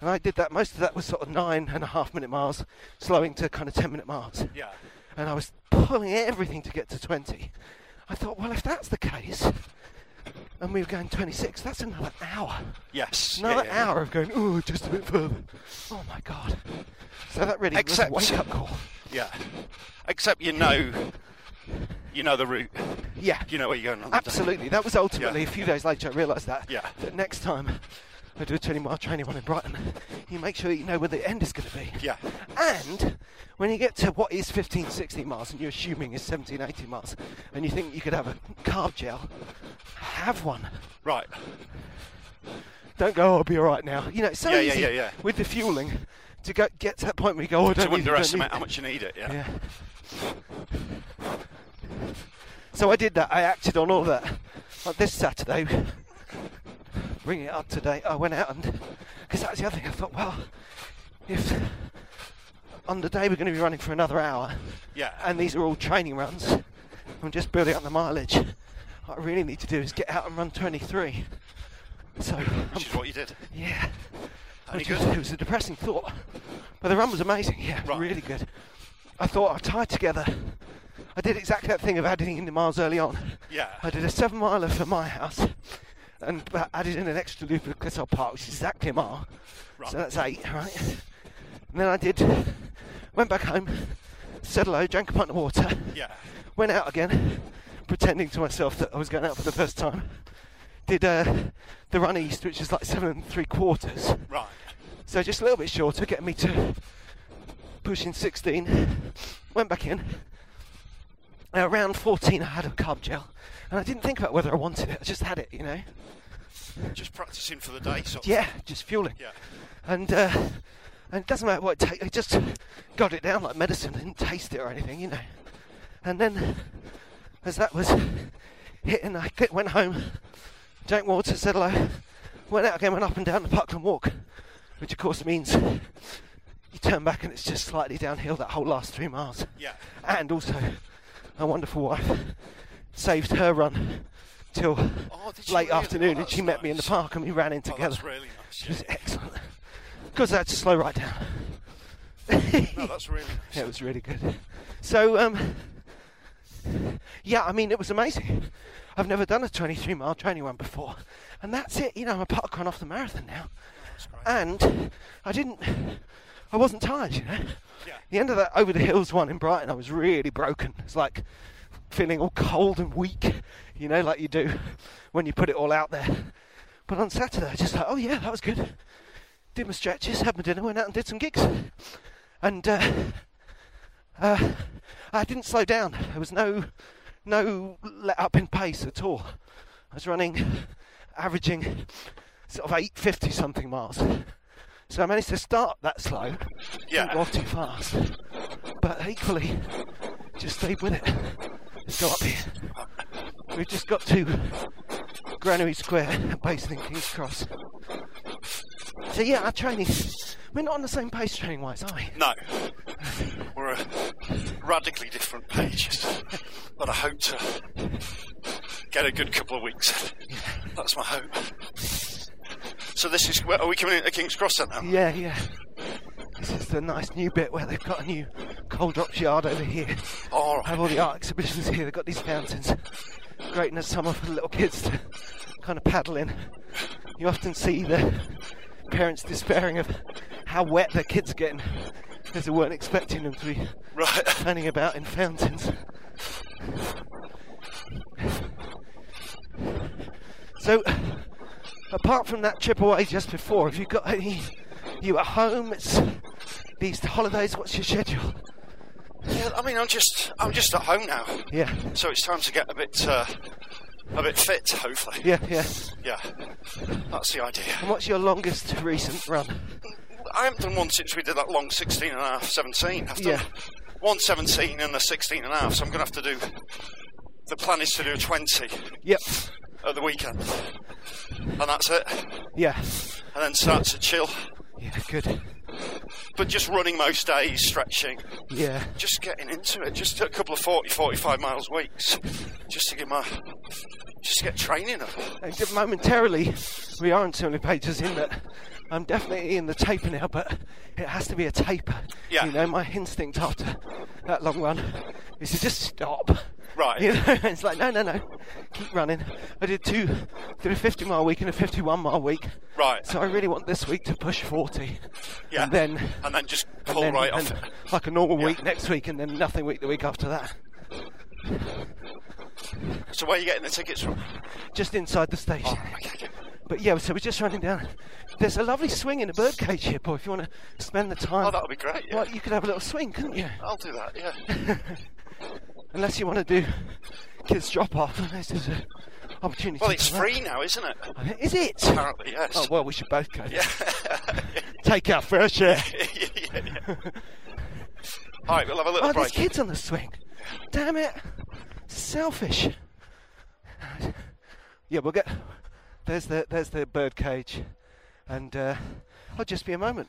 Speaker 1: And I did that. Most of that was sort of nine and a half minute miles, slowing to kind of 10 minute miles
Speaker 2: Yeah.
Speaker 1: and I was pulling everything to get to 20. I thought, well, if that's the case, and we were going 26, that's another hour.
Speaker 2: Yes. yeah,
Speaker 1: Another
Speaker 2: yeah, yeah.
Speaker 1: hour of going, oh, just a bit further. Oh my God. So that really
Speaker 2: Except-
Speaker 1: was a wake up call.
Speaker 2: Yeah. Except you know, you know the route.
Speaker 1: Yeah,
Speaker 2: You know where you're going. on the day.
Speaker 1: absolutely. That was ultimately
Speaker 2: Yeah.
Speaker 1: a few days later, I realised that.
Speaker 2: Yeah.
Speaker 1: That next time I do a 20 mile training one in Brighton, you make sure that you know where the end is going to be.
Speaker 2: Yeah.
Speaker 1: And when you get to what is 15, 16 miles, and you're assuming is 17, 18 miles, and you think you could have a carb gel, have one.
Speaker 2: Right.
Speaker 1: Don't go, oh, I'll be all right now. You know, it's so
Speaker 2: Yeah, yeah,
Speaker 1: easy
Speaker 2: yeah, yeah.
Speaker 1: with the fueling to go, get to that point where you go, oh, I don't
Speaker 2: To
Speaker 1: need it, don't
Speaker 2: underestimate
Speaker 1: need
Speaker 2: how
Speaker 1: it.
Speaker 2: much you need it. Yeah.
Speaker 1: Yeah. So I did that. I acted on all that. Like this Saturday, bringing it up today, I went out and because that's the other thing. I thought, well, if on the day we're going to be running for another hour,
Speaker 2: Yeah.
Speaker 1: and these are all training runs, I'm just building up the mileage. What I really need to do is get out and run 23. So, um,
Speaker 2: Which is what you did.
Speaker 1: yeah,
Speaker 2: Any
Speaker 1: which
Speaker 2: good?
Speaker 1: was, it was a depressing thought, but the run was amazing. Yeah,
Speaker 2: Right.
Speaker 1: really good. I thought I tied together. I did exactly that thing of adding in the miles early on.
Speaker 2: Yeah.
Speaker 1: I did a seven miler for my house, and b- added in an extra loop of Crystal Park, which is exactly a mile.
Speaker 2: Right.
Speaker 1: So that's eight, right? And then I did. Went back home, said hello, drank a pint of water.
Speaker 2: Yeah.
Speaker 1: Went out again, pretending to myself that I was going out for the first time. Did uh, the run east, which is like seven and three quarters.
Speaker 2: Right.
Speaker 1: So just a little bit shorter, getting me to pushing 16. Went back in. And around 14, I had a carb gel, and I didn't think about whether I wanted it. I just had it, you know.
Speaker 2: Just practicing for the day. Sort of.
Speaker 1: Yeah, just fueling.
Speaker 2: Yeah.
Speaker 1: And uh, and it doesn't matter what it takes. I just got it down like medicine. Didn't taste it or anything, you know. And then as that was hitting, I get- went home, drank water, said hello, went out again, went up and down the Parkland Walk, which of course means you turn back and it's just slightly downhill that whole last three miles.
Speaker 2: Yeah.
Speaker 1: And also, a wonderful wife saved her run till
Speaker 2: Oh, did she
Speaker 1: late
Speaker 2: really?
Speaker 1: afternoon,
Speaker 2: Oh,
Speaker 1: and she
Speaker 2: that's
Speaker 1: met me in the
Speaker 2: nice.
Speaker 1: park and we ran in
Speaker 2: Oh,
Speaker 1: together.
Speaker 2: that's really nice.
Speaker 1: It
Speaker 2: Yeah.
Speaker 1: was excellent. Because I had to slow right down.
Speaker 2: No, that's really nice.
Speaker 1: Yeah, it was really good. So, um, yeah, I mean, it was amazing. I've never done a 23 mile training run before, and that's it. You know, I'm a parkrun off the marathon now, and I didn't. I wasn't tired, you know. The end of that over the hills one in Brighton, I was really broken. It's like feeling all cold and weak, you know, like you do when you put it all out there. But on Saturday, I just like, oh yeah, that was good. Did my stretches, had my dinner, went out and did some gigs, and uh, uh, I didn't slow down. There was no no let up in pace at all. I was running, averaging sort of 850 something miles. So I managed to start that slow.
Speaker 2: Yeah.
Speaker 1: Didn't go off too fast. But equally, just stayed with it. Let's go up here. We've just got to Granary Square, based in King's Cross. So yeah, our training, we're not on the same pace training wise, are we?
Speaker 3: No. We're a radically different pages. But I hope to get a good couple of weeks. That's my hope. So this is where are we coming into King's Cross then now?
Speaker 1: Yeah, yeah. This is the nice new bit where they've got a new cold drops yard over here.
Speaker 3: Alright.
Speaker 1: Have all the art exhibitions here. They've got these fountains. Great in the summer for the little kids to kind of paddle in. You often see the parents despairing of how wet their kids are getting because they weren't expecting them to be
Speaker 3: Right.
Speaker 1: running about in fountains. So, apart from that trip away just before, have you got any? You at home? It's these holidays. What's your schedule?
Speaker 3: Yeah, I mean I'm just I'm just at home now.
Speaker 1: Yeah,
Speaker 3: So it's time to get a bit uh, a bit fit, hopefully.
Speaker 1: yeah, yeah.
Speaker 3: Yeah. That's the idea.
Speaker 1: And what's your longest recent run?
Speaker 3: I haven't done one since we did that long 16 and a half, 17. I've done
Speaker 1: Yeah.
Speaker 3: one 17 and a 16 and a half, so I'm going to have to do. The plan is to do 20
Speaker 1: Yep.
Speaker 3: at the weekend. And that's it.
Speaker 1: Yeah.
Speaker 3: And then start to chill.
Speaker 1: Yeah. Good.
Speaker 3: But just running most days, stretching,
Speaker 1: Yeah.
Speaker 3: just getting into it. Just a couple of 40, 45 miles weeks. Just to get my. Just to get training up.
Speaker 1: And just momentarily, we are on so many pages in that I'm definitely in the taper now, but it has to be a taper.
Speaker 3: Yeah.
Speaker 1: You know, my instinct after that long run is to just stop.
Speaker 3: Right.
Speaker 1: You know, it's like, no, no, no, keep running. I did two, did a 50 mile week and a 51 mile week.
Speaker 3: Right.
Speaker 1: So I really want this week to push 40.
Speaker 3: Yeah.
Speaker 1: And then,
Speaker 3: And then just
Speaker 1: and
Speaker 3: pull
Speaker 1: then-
Speaker 3: right off
Speaker 1: and
Speaker 3: it.
Speaker 1: Like a normal
Speaker 3: Yeah.
Speaker 1: week next week and then nothing week the week after that.
Speaker 3: So where are you getting the tickets from?
Speaker 1: Just inside the station.
Speaker 3: Okay.
Speaker 2: Um,
Speaker 1: But yeah, so we're just running down. There's a lovely swing in the birdcage here, boy. If you want to spend the time,
Speaker 3: Oh, that would be great. Yeah.
Speaker 1: well, you could have a little swing, couldn't you?
Speaker 3: I'll do that, yeah.
Speaker 1: Unless you want to do kids drop off. This is an opportunity.
Speaker 3: Well, it's
Speaker 1: for
Speaker 3: free now, isn't it?
Speaker 1: that. Is it?
Speaker 3: Apparently, yes.
Speaker 1: Oh well, we should both go.
Speaker 3: Yeah.
Speaker 1: Take our fair share.
Speaker 3: yeah, yeah, yeah. All right, we'll have a little
Speaker 1: Oh,
Speaker 3: break.
Speaker 1: there's kids on the swing. Damn it! Selfish. Yeah, we'll get. There's the there's the birdcage, and uh, I'll just be a moment.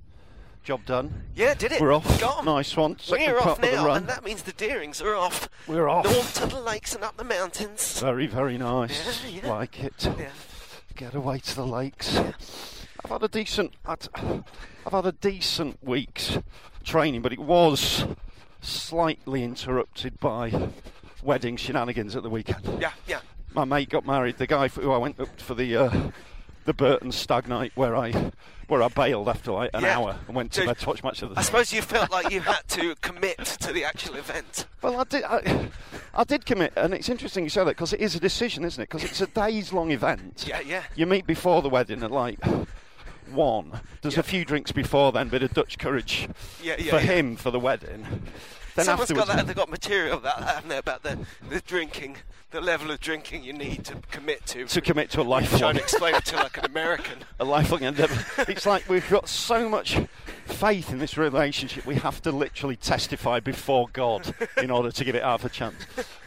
Speaker 2: Job done.
Speaker 1: Yeah, did it?
Speaker 2: We're off.
Speaker 1: Gone.
Speaker 2: Nice one. Second
Speaker 1: We're
Speaker 2: part
Speaker 1: off
Speaker 2: of the
Speaker 1: now,
Speaker 2: run.
Speaker 1: and that means the Deerings are off.
Speaker 2: We're off.
Speaker 1: North to the lakes and up the mountains.
Speaker 2: Very, very nice.
Speaker 1: Yeah, yeah.
Speaker 2: Like it.
Speaker 1: Yeah.
Speaker 2: Get away to the lakes. I've had a decent. I'd, I've had a decent week's training, but it was slightly interrupted by wedding shenanigans at the weekend.
Speaker 1: Yeah, yeah.
Speaker 2: My mate got married. The guy who I went up for the. Uh, the Burton Stag Night, where I where I bailed after like an
Speaker 1: Yeah.
Speaker 2: hour and went to
Speaker 1: So-
Speaker 2: bed to watch much of the.
Speaker 1: I suppose you felt like you had to commit to the actual event.
Speaker 2: Well, I did. I, I did commit, and it's interesting you say that because it is a decision, isn't it? Because it's a days-long event.
Speaker 1: Yeah, yeah.
Speaker 2: You meet before the wedding at like one. There's a few drinks before then, bit of Dutch courage
Speaker 1: Yeah, yeah,
Speaker 2: for
Speaker 1: yeah.
Speaker 2: him for the wedding. Then
Speaker 1: Someone's
Speaker 2: afterwards,
Speaker 1: got that. They've got material about that, haven't they? About the, the drinking, the level of drinking you need to commit to.
Speaker 2: to commit to a
Speaker 1: Try
Speaker 2: lifelong,
Speaker 1: and explain it to like an American.
Speaker 2: a lifelong endeavour. It's like we've got so much faith in this relationship, we have to literally testify before God in order to give it half a chance.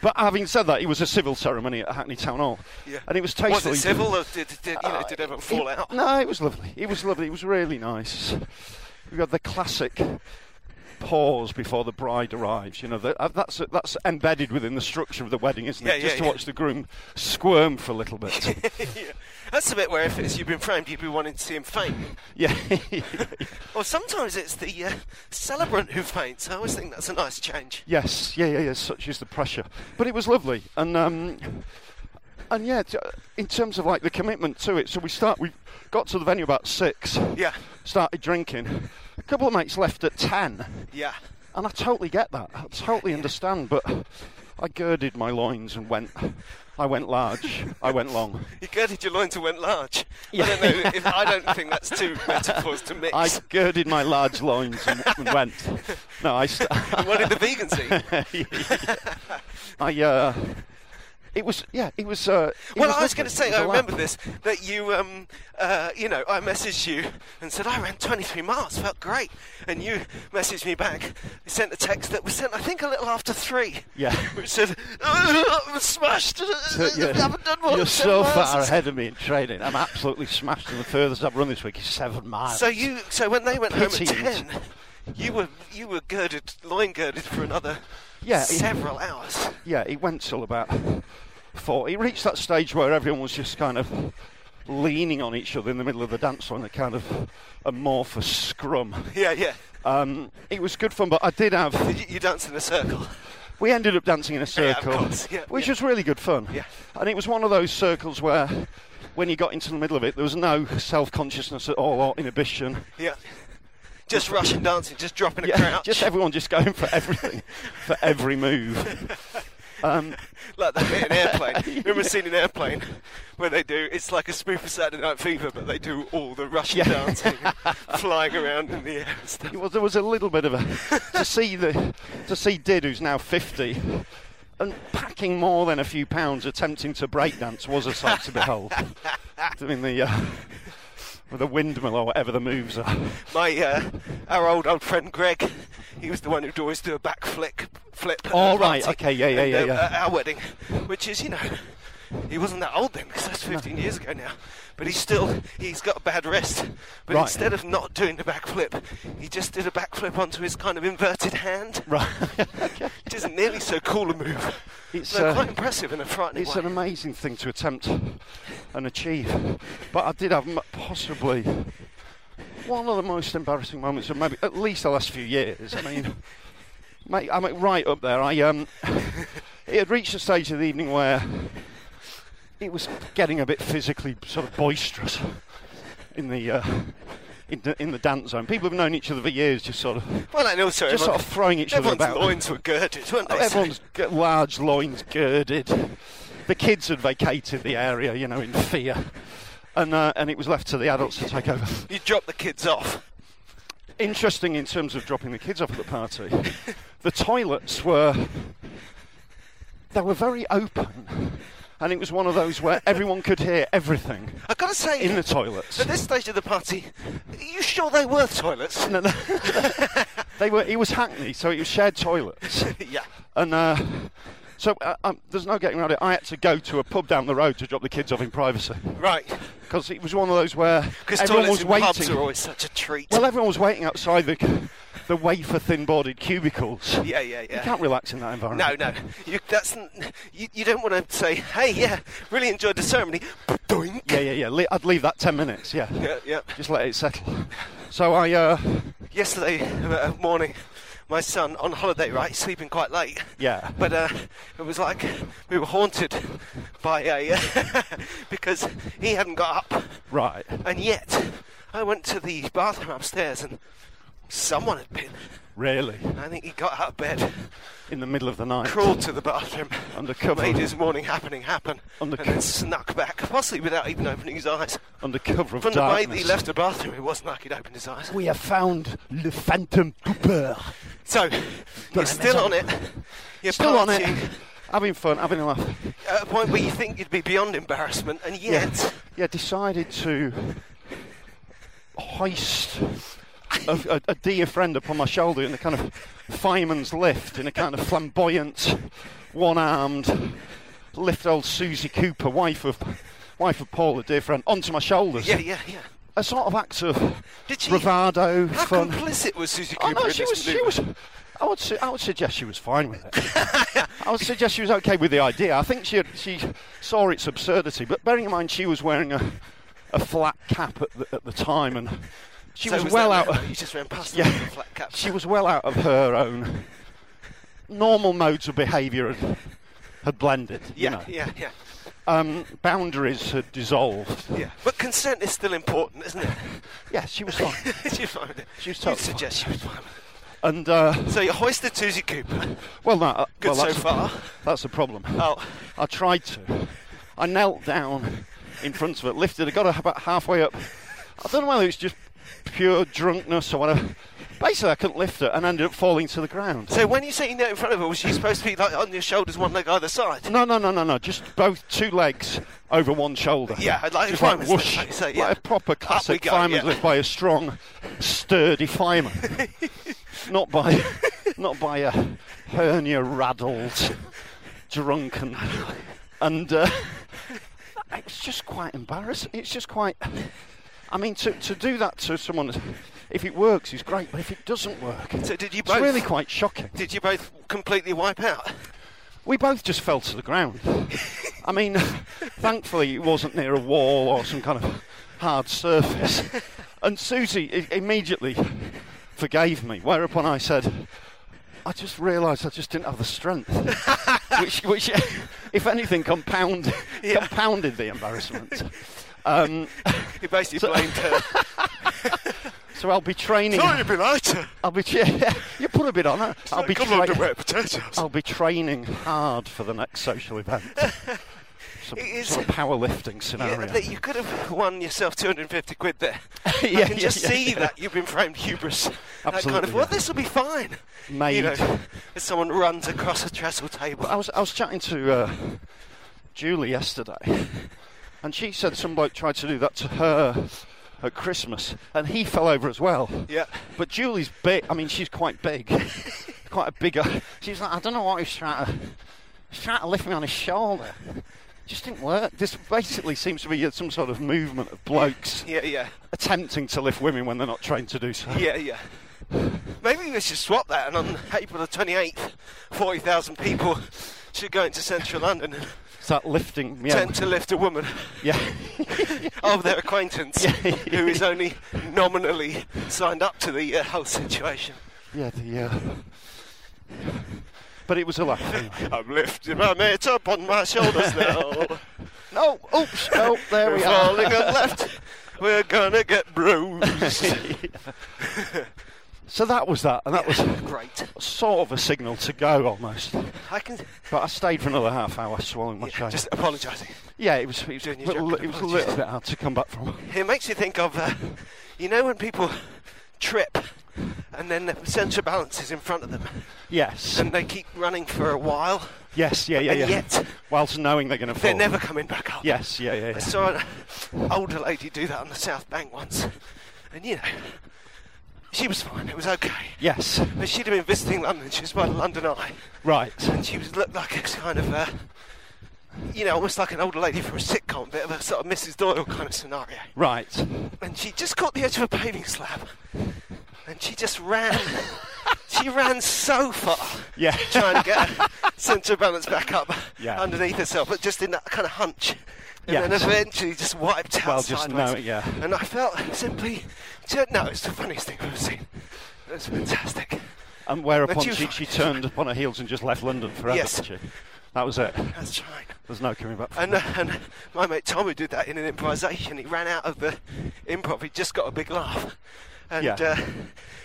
Speaker 2: But having said that, it was a civil ceremony at Hackney Town Hall,
Speaker 1: Yeah.
Speaker 2: and it was
Speaker 1: Was
Speaker 2: tastefully. Uh,
Speaker 1: it civil? Or did, did, you know, did everyone fall
Speaker 2: It-
Speaker 1: out?
Speaker 2: No, it was lovely. It was lovely. It was really nice. We had the classic pause before the bride arrives. You know, the, uh, that's that's embedded within the structure of the wedding, isn't
Speaker 1: Yeah,
Speaker 2: it?
Speaker 1: yeah,
Speaker 2: Just to
Speaker 1: yeah.
Speaker 2: watch the groom squirm for a little bit.
Speaker 1: yeah. That's the bit where if it's you've been framed, you'd be wanting to see him faint.
Speaker 2: yeah.
Speaker 1: Or sometimes it's the uh, celebrant who faints. I always think that's a nice change.
Speaker 2: yes. Yeah. Yeah. Yeah. Such is the pressure. But it was lovely, and um, and yeah, t- uh, in terms of like the commitment to it. So we start. We got to the venue about six.
Speaker 1: Yeah.
Speaker 2: Started drinking. A couple of mates left at ten.
Speaker 1: Yeah.
Speaker 2: And I totally get that. I totally understand, but I girded my loins and went. I went large. I went long.
Speaker 1: You girded your loins and went large. I don't know. If, I don't think that's two metaphors to mix.
Speaker 2: I girded my large loins and, and went. No, I. St-
Speaker 1: What did the vegan see?
Speaker 2: I. Uh, it was. Yeah. It was. Uh, it
Speaker 1: Well,
Speaker 2: was
Speaker 1: I was
Speaker 2: lovely.
Speaker 1: going to
Speaker 2: It
Speaker 1: say,
Speaker 2: was a
Speaker 1: I
Speaker 2: laugh.
Speaker 1: remember this that you, um, uh, you know, I messaged you and said I ran 23 miles, felt great, and you messaged me back, sent a text that was sent, I think, a little after three.
Speaker 2: Yeah.
Speaker 1: Which said, "Uh, I'm smashed.
Speaker 2: You're,
Speaker 1: I haven't done more than 10
Speaker 2: you're so
Speaker 1: miles."
Speaker 2: far ahead of me in training. I'm absolutely smashed. And the furthest I've run this week is seven miles.
Speaker 1: So you, so when they went home at
Speaker 2: Pity it.
Speaker 1: 10, you were you were girded, loin girded for another
Speaker 2: Yeah, it-
Speaker 1: several hours.
Speaker 2: yeah, it went till about four. It reached that stage where everyone was just kind of leaning on each other in the middle of the dance on a kind of amorphous scrum.
Speaker 1: Yeah, yeah.
Speaker 2: Um, it was good fun, but I did have.
Speaker 1: You, you dance in a circle.
Speaker 2: We ended up dancing
Speaker 1: Yeah,
Speaker 2: in a
Speaker 1: of
Speaker 2: circle,
Speaker 1: course, yeah,
Speaker 2: which
Speaker 1: yeah.
Speaker 2: was really good fun.
Speaker 1: Yeah.
Speaker 2: And it was one of those circles where, when you got into the middle of it, there was no self consciousness at all or inhibition.
Speaker 1: Yeah. Just Russian dancing, just dropping a
Speaker 2: Yeah,
Speaker 1: crouch.
Speaker 2: just everyone just going for everything, for every move. Um,
Speaker 1: like that bit in Airplane. You Remember seeing an Airplane where they do? It's like a spoof of Saturday Night Fever, but they do all the Russian dancing, flying around in the air and stuff.
Speaker 2: Well, there was a little bit of a to see the to see Did, who's now fifty, and packing more than a few pounds, attempting to breakdance was a sight to behold. I mean the uh, with the windmill or whatever the moves are.
Speaker 1: My uh, our old old friend Greg, he was the one who'd always do a back flick flip. at
Speaker 2: Oh,
Speaker 1: the
Speaker 2: right,
Speaker 1: party.
Speaker 2: okay, yeah, yeah,
Speaker 1: And,
Speaker 2: yeah,
Speaker 1: uh,
Speaker 2: yeah.
Speaker 1: At our wedding, which is you know, he wasn't that old then because that's 15 years ago now. But he's still he's got a bad wrist. But
Speaker 2: Right.
Speaker 1: instead of not doing the back flip, he just did a back flip onto his kind of inverted hand.
Speaker 2: Right.
Speaker 1: It isn't nearly so cool a move.
Speaker 2: It's,
Speaker 1: no,
Speaker 2: uh,
Speaker 1: quite impressive in a frightening
Speaker 2: It's
Speaker 1: way.
Speaker 2: an amazing thing to attempt and achieve, but I did have m- possibly one of the most embarrassing moments of maybe at least the last few years. I mean, mate, I'm like, right up there. I um, it had reached a stage of the evening where it was getting a bit physically sort of boisterous in the. Uh, in the, in the dance zone, people have known each other for years, just sort of,
Speaker 1: well, and also
Speaker 2: just sort
Speaker 1: everyone-
Speaker 2: of throwing each other
Speaker 1: everyone's
Speaker 2: about.
Speaker 1: loins were girded, weren't they?
Speaker 2: Everyone's g- large loins girded. The kids had vacated the area, you know, in fear. And, uh, and it was left to the adults to take over.
Speaker 1: you drop the kids off.
Speaker 2: Interesting in terms of dropping the kids off at the party, the toilets were. They were very open. and it was one of those where everyone could hear everything
Speaker 1: I gotta say,
Speaker 2: in the toilets.
Speaker 1: at this stage of the party, are you sure they were toilets?
Speaker 2: No, no. they were. He was Hackney, so it was shared toilets.
Speaker 1: yeah.
Speaker 2: And uh, so uh, um, there's no getting around it. I had to go to a pub down the road to drop the kids off in privacy
Speaker 1: Right.
Speaker 2: because it was one of those where
Speaker 1: Because
Speaker 2: everyone
Speaker 1: toilets
Speaker 2: was
Speaker 1: in
Speaker 2: waiting.
Speaker 1: pubs are always such a treat.
Speaker 2: Well, everyone was waiting outside the the wafer thin boarded cubicles.
Speaker 1: yeah, yeah,
Speaker 2: You
Speaker 1: yeah.
Speaker 2: can't relax in that
Speaker 1: No,
Speaker 2: environment.
Speaker 1: no. You, that's, n- you, you don't want to say, hey, yeah, really enjoyed the ceremony. Doink.
Speaker 2: Yeah, yeah, yeah. Le- I'd leave that ten minutes. Yeah.
Speaker 1: Yeah, yeah.
Speaker 2: Just let it settle. So I. Uh,
Speaker 1: Yesterday uh, morning, my son, on holiday, right, sleeping quite late.
Speaker 2: Yeah.
Speaker 1: But uh, it was like we were haunted by a. because he hadn't got up.
Speaker 2: right.
Speaker 1: And yet, I went to the bathroom upstairs and someone had been.
Speaker 2: Really.
Speaker 1: I think he got out of bed,
Speaker 2: In the middle of the night.
Speaker 1: crawled to the bathroom,
Speaker 2: Under cover.
Speaker 1: made his morning happening happen,
Speaker 2: Under
Speaker 1: and then
Speaker 2: cover.
Speaker 1: snuck back, possibly without even opening his eyes.
Speaker 2: Under cover of
Speaker 1: From the
Speaker 2: darkness.
Speaker 1: way he left the bathroom, it wasn't like he'd opened his eyes.
Speaker 2: We have found le phantom pooper.
Speaker 1: So, you're still on it. You're
Speaker 2: Still on it.
Speaker 1: partying
Speaker 2: Having fun, having a laugh.
Speaker 1: At a point where you think you'd be beyond embarrassment, and
Speaker 2: Yeah.
Speaker 1: yet,
Speaker 2: Yeah, decided to hoist a, a, a dear friend upon my shoulder in a kind of fireman's lift, in a kind of flamboyant, one armed, lift old Susie Cooper, wife of. Wife of Paul, a dear friend, onto my shoulders.
Speaker 1: yeah, yeah, yeah.
Speaker 2: A sort of act of
Speaker 1: Did she-
Speaker 2: bravado,
Speaker 1: How
Speaker 2: fun.
Speaker 1: complicit was Susie
Speaker 2: Oh
Speaker 1: Cooper
Speaker 2: no,
Speaker 1: in
Speaker 2: she
Speaker 1: this
Speaker 2: was. She
Speaker 1: manoeuvre?
Speaker 2: was. I would. Su- I would suggest she was fine with it. I would suggest she was okay with the idea. I think she had, she saw its absurdity, but bearing in mind she was wearing a a flat cap at the, at the time, and she
Speaker 1: So
Speaker 2: was, well
Speaker 1: that
Speaker 2: out.
Speaker 1: round where You just ran past
Speaker 2: Yeah.
Speaker 1: yeah. the flat cap.
Speaker 2: She was well out of her own normal modes of behaviour had, had blended.
Speaker 1: yeah,
Speaker 2: you know.
Speaker 1: yeah, yeah,
Speaker 2: Um, boundaries had dissolved.
Speaker 1: yeah. But consent is still important, isn't it?
Speaker 2: Yeah, she was fine,
Speaker 1: Did you find it?
Speaker 2: She was
Speaker 1: You'd
Speaker 2: totally
Speaker 1: suggest she was fine. with
Speaker 2: and uh,
Speaker 1: it. So you hoisted Susie Cooper.
Speaker 2: well, no, uh,
Speaker 1: Good
Speaker 2: well,
Speaker 1: so
Speaker 2: that's-
Speaker 1: far.
Speaker 2: That's the problem.
Speaker 1: Oh,
Speaker 2: I tried to. I knelt down in front of it, lifted. I got her about halfway up. I don't know whether it's just pure drunkenness or whatever. Basically, I couldn't lift her and ended up falling to the ground.
Speaker 1: so when you say you knelt in front of her, was she supposed to be like on your shoulders, one leg either side?
Speaker 2: No, no, no, no, no. Just both two legs over one shoulder.
Speaker 1: Yeah, I'd like a
Speaker 2: just
Speaker 1: fireman's lift,
Speaker 2: whoosh,
Speaker 1: like you say, yeah.
Speaker 2: like a proper
Speaker 1: we
Speaker 2: classic
Speaker 1: go,
Speaker 2: fireman's
Speaker 1: yeah.
Speaker 2: lift by a strong, sturdy fireman, not by, not by a hernia raddled, drunken, and uh, it's just quite embarrassing. It's just quite. I mean, to, to do that to someone, if it works, is great. But if it doesn't work,
Speaker 1: So did you
Speaker 2: it's
Speaker 1: both-
Speaker 2: really quite shocking.
Speaker 1: Did you both completely wipe out?
Speaker 2: We both just fell to the ground. I mean, thankfully it wasn't near a wall or some kind of hard surface. And Susie i- immediately forgave me, whereupon I said, I just realised I just didn't have the strength, which, which if anything, compounded, compounded the embarrassment. Um,
Speaker 1: You basically blamed her.
Speaker 2: so I'll be training.
Speaker 3: Sorry, you've been lighter.
Speaker 2: I'll be. Yeah, you put a bit on it. I'll be
Speaker 3: Come
Speaker 2: trai-
Speaker 3: on, to wet potatoes.
Speaker 2: I'll be training hard for the next social event. Some,
Speaker 1: It is-
Speaker 2: some powerlifting
Speaker 1: Yeah,
Speaker 2: scenario.
Speaker 1: that you could have won yourself 250 quid there. I
Speaker 2: Oh, Yeah,
Speaker 1: can
Speaker 2: yeah,
Speaker 1: just
Speaker 2: yeah,
Speaker 1: see
Speaker 2: yeah.
Speaker 1: that you've been framed hubris. That kind
Speaker 2: Absolutely,
Speaker 1: of, well,
Speaker 2: yeah.
Speaker 1: this will be fine. You
Speaker 2: Made. Oh.
Speaker 1: know, as someone runs across a trestle table.
Speaker 2: I was I was chatting to uh, Julie yesterday, and she said some bloke tried to do that to her at Christmas, and he fell over as well.
Speaker 1: Yeah.
Speaker 2: But Julie's big. I mean, she's quite big, quite a bigger. She's like, I don't know what he's trying to. He's trying to lift me on his shoulder. Just didn't work. This basically seems to be some sort of movement of blokes
Speaker 1: Yeah, yeah.
Speaker 2: attempting to lift women when they're not trained to do so.
Speaker 1: Yeah, yeah. Maybe we should swap that, and on April the 28th, 40,000 people should go into central London and
Speaker 2: It's that lifting. Yeah.
Speaker 1: attempt to lift a woman
Speaker 2: yeah.
Speaker 1: of their acquaintance who is only nominally signed up to the uh, whole situation.
Speaker 2: Yeah, the. Uh... But it was a laugh. anyway.
Speaker 1: I'm lifting my mate up on my shoulders now.
Speaker 2: No, oops, no, there
Speaker 1: We're
Speaker 2: we are.
Speaker 1: falling and left. We're gonna get bruised.
Speaker 2: So that was that, and that was
Speaker 1: Great.
Speaker 2: sort of a signal to go almost.
Speaker 1: I can
Speaker 2: But I stayed for another half hour swallowing my
Speaker 1: yeah,
Speaker 2: shame.
Speaker 1: just apologising.
Speaker 2: yeah, it was, it was,
Speaker 1: Doing your
Speaker 2: little-
Speaker 1: job,
Speaker 2: it was a
Speaker 1: apologies.
Speaker 2: little bit hard to come back from.
Speaker 1: It makes you think of, uh, you know, when people trip and then the centre balance is in front of them,
Speaker 2: Yes.
Speaker 1: and they keep running for a while,
Speaker 2: yes. Yeah. Yeah.
Speaker 1: and
Speaker 2: yeah.
Speaker 1: yet
Speaker 2: Whilst knowing they're going to fall.
Speaker 1: they're never coming back up.
Speaker 2: Yes. Yeah. Yeah.
Speaker 1: I
Speaker 2: yeah.
Speaker 1: saw an older lady do that on the South Bank once, and you know, she was fine. It was okay.
Speaker 2: Yes.
Speaker 1: But she'd have been visiting London. She was by the London Eye,
Speaker 2: Right.
Speaker 1: and she was looked like a kind of, uh, you know, almost like an older lady from a sitcom, bit of a sort of Mrs. Doyle kind of scenario.
Speaker 2: Right.
Speaker 1: And she just caught the edge of a paving slab, and she just ran. she ran so far,
Speaker 2: Yeah.
Speaker 1: trying to get her centre balance back up
Speaker 2: Yeah.
Speaker 1: underneath herself, but just in that kind of hunch. And then
Speaker 2: Yes.
Speaker 1: eventually just wiped out
Speaker 2: Well, just
Speaker 1: sideways.
Speaker 2: no, yeah.
Speaker 1: And I felt simply, no, it's the funniest thing I've ever seen. It was fantastic.
Speaker 2: And whereupon
Speaker 1: But you-
Speaker 2: she, she turned upon her heels and just left London forever.
Speaker 1: Yes.
Speaker 2: didn't she? That was it.
Speaker 1: That's right.
Speaker 2: There's no coming back.
Speaker 1: And, uh, and my mate Tom, who did that in an improvisation, he ran out of the improv. He just got a big laugh, and
Speaker 2: Yeah.
Speaker 1: uh,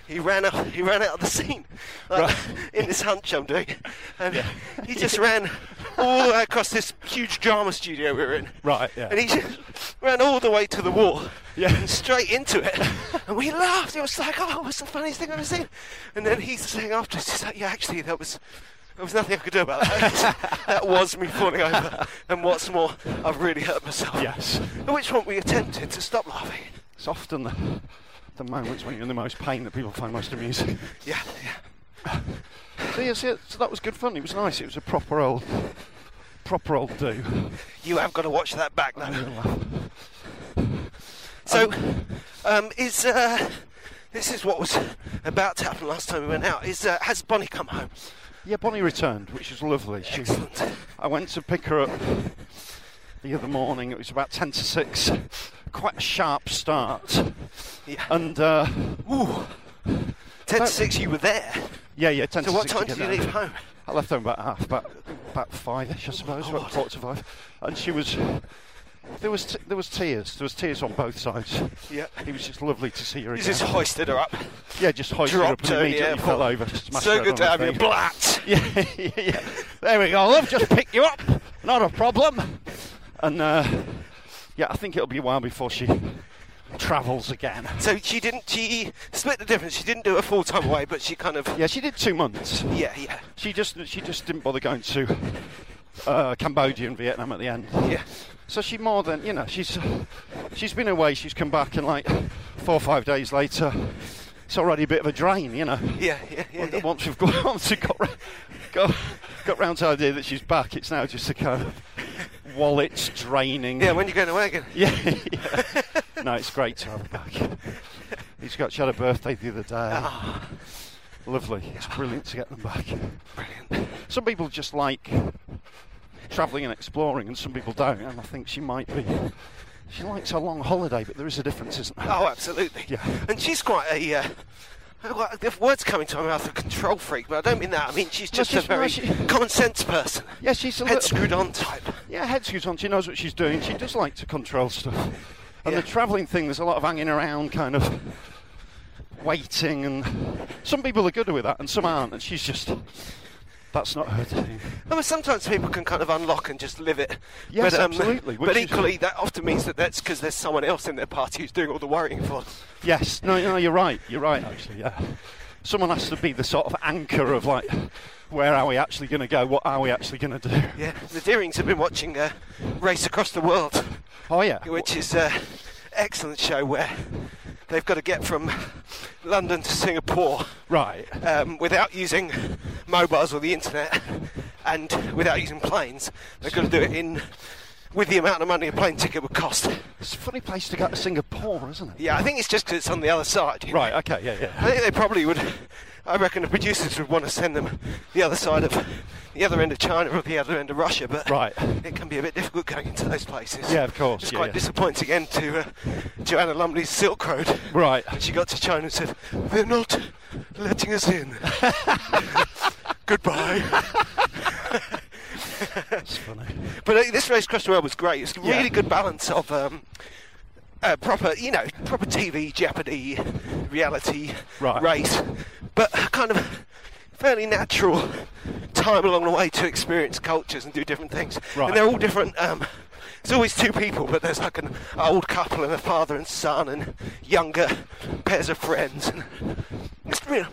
Speaker 1: he ran up. He ran out of the scene like, in this hunch I'm doing, and he just ran all the way across this huge drama studio we were in.
Speaker 2: Right, yeah.
Speaker 1: And he just ran all the way to the wall.
Speaker 2: Yeah.
Speaker 1: And straight into it, and we laughed. It was like, oh, what's the funniest thing I've ever seen? And then he's saying after, he's like, yeah, actually, that was. There was nothing I could do about that. that was me falling over. And what's more, I've really hurt myself.
Speaker 2: Yes.
Speaker 1: At which point we attempted to stop laughing.
Speaker 2: It's often the, the moments when you're in the most pain that people find most amusing.
Speaker 1: Yeah, yeah.
Speaker 2: so, yeah, so, so that was good fun. It was nice. It was a proper old, proper old do.
Speaker 1: You have got to watch that back though. So, um, is uh, this is what was about to happen last time we went out? Is uh, has Bonnie come home?
Speaker 2: Yeah, Bonnie returned, which was lovely. She,
Speaker 1: Excellent.
Speaker 2: I went to pick her up the other morning. It was about ten to six. Quite a sharp start.
Speaker 1: Yeah.
Speaker 2: And uh,
Speaker 1: Ooh. Ten to six, you were there.
Speaker 2: yeah, yeah, ten
Speaker 1: So
Speaker 2: to
Speaker 1: what
Speaker 2: six.
Speaker 1: time
Speaker 2: to
Speaker 1: did
Speaker 2: get
Speaker 1: you
Speaker 2: there.
Speaker 1: leave home?
Speaker 2: I left home about half, about about five-ish, I suppose, about quarter to five, and she was. There was t- there was tears. There was tears on both sides.
Speaker 1: Yeah.
Speaker 2: It was just lovely to see her
Speaker 1: You
Speaker 2: again.
Speaker 1: just hoisted her up.
Speaker 2: yeah, just hoisted her up
Speaker 1: Dropped
Speaker 2: and
Speaker 1: her in the
Speaker 2: immediately
Speaker 1: airport.
Speaker 2: fell over. smashed her
Speaker 1: so
Speaker 2: head
Speaker 1: good
Speaker 2: on
Speaker 1: to
Speaker 2: her
Speaker 1: have you,
Speaker 2: feet.
Speaker 1: Blat.
Speaker 2: Yeah, yeah, yeah. There we go. Love, just picked you up. Not a problem. And uh, yeah, I think it'll be a while before she travels again.
Speaker 1: So she didn't. She split the difference. She didn't do it full time away, but she kind of.
Speaker 2: Yeah, she did two months.
Speaker 1: Yeah, yeah,
Speaker 2: She just she just didn't bother going to uh, Cambodia and Vietnam at the end.
Speaker 1: yeah.
Speaker 2: So she more than you know. She's she's been away. She's come back, and like four or five days later, it's already a bit of a drain, you know.
Speaker 1: Yeah, yeah, yeah,
Speaker 2: Once-
Speaker 1: yeah.
Speaker 2: Once we've got once we've got, ra- got got round to the idea that she's back, it's now just a kind of wallet's draining.
Speaker 1: Yeah, when you're going away again.
Speaker 2: yeah, yeah. No, it's great to have her back. He's got she had a birthday the other day.
Speaker 1: Ah.
Speaker 2: Lovely. It's brilliant to get them back.
Speaker 1: Brilliant.
Speaker 2: Some people just like travelling and exploring, and some people don't. And I think she might be. She likes a long holiday, but there is a difference, isn't there?
Speaker 1: Oh, absolutely.
Speaker 2: Yeah.
Speaker 1: And she's quite a. Uh, well, the words coming to my mouth a control freak, but I don't mean that. I mean she's
Speaker 2: No,
Speaker 1: just
Speaker 2: she's-
Speaker 1: a
Speaker 2: no,
Speaker 1: very
Speaker 2: she-
Speaker 1: common sense person.
Speaker 2: Yeah, she's a
Speaker 1: Head
Speaker 2: little-
Speaker 1: screwed on type.
Speaker 2: Yeah, head screws on. She knows what she's doing. She does like to control stuff. And
Speaker 1: Yeah.
Speaker 2: the travelling thing, there's a lot of hanging around, kind of waiting, and some people are good with that, and some aren't. And she's just that's not her thing.
Speaker 1: I mean, sometimes people can kind of unlock and just live it.
Speaker 2: Yes,
Speaker 1: but, um,
Speaker 2: absolutely, which
Speaker 1: But
Speaker 2: is-
Speaker 1: equally, that often means that that's because there's someone else in their party who's doing all the worrying for them.
Speaker 2: Yes, no, no, you're right. You're right, actually. Yeah, someone has to be the sort of anchor of like, where are we actually going to go? What are we actually going to do?
Speaker 1: Yeah, the Deerings have been watching uh, Race Across the World,
Speaker 2: Oh yeah,
Speaker 1: which is an excellent show where they've got to get from London to Singapore
Speaker 2: right.
Speaker 1: um, without using mobiles or the internet and without using planes. They've got to do it in with the amount of money a plane ticket would cost.
Speaker 2: It's a funny place to go to Singapore, isn't it?
Speaker 1: Yeah, Uh, I think it's just because it's on the other side. you know.
Speaker 2: Right. Okay. Yeah. Yeah.
Speaker 1: I think they probably would. I reckon the producers would want to send them the other side of the other end of China or the other end of Russia, but
Speaker 2: Right.
Speaker 1: it can be a bit difficult going into those places.
Speaker 2: Yeah, of course,
Speaker 1: It's
Speaker 2: yeah,
Speaker 1: quite
Speaker 2: yeah.
Speaker 1: disappointing end to uh, Joanna Lumley's Silk Road.
Speaker 2: Right.
Speaker 1: When she got to China and said, "They're not letting us in." Goodbye.
Speaker 2: It's funny.
Speaker 1: But uh, this race across the world was great. It's a
Speaker 2: Yeah.
Speaker 1: really good balance of um, uh, proper, you know, proper TV Jeopardy, reality
Speaker 2: Right.
Speaker 1: race, but kind of fairly natural time along the way to experience cultures and do different things.
Speaker 2: Right.
Speaker 1: And they're all different. Um, It's always two people, but there's like an old couple and a father and son and younger pairs of friends. And it's real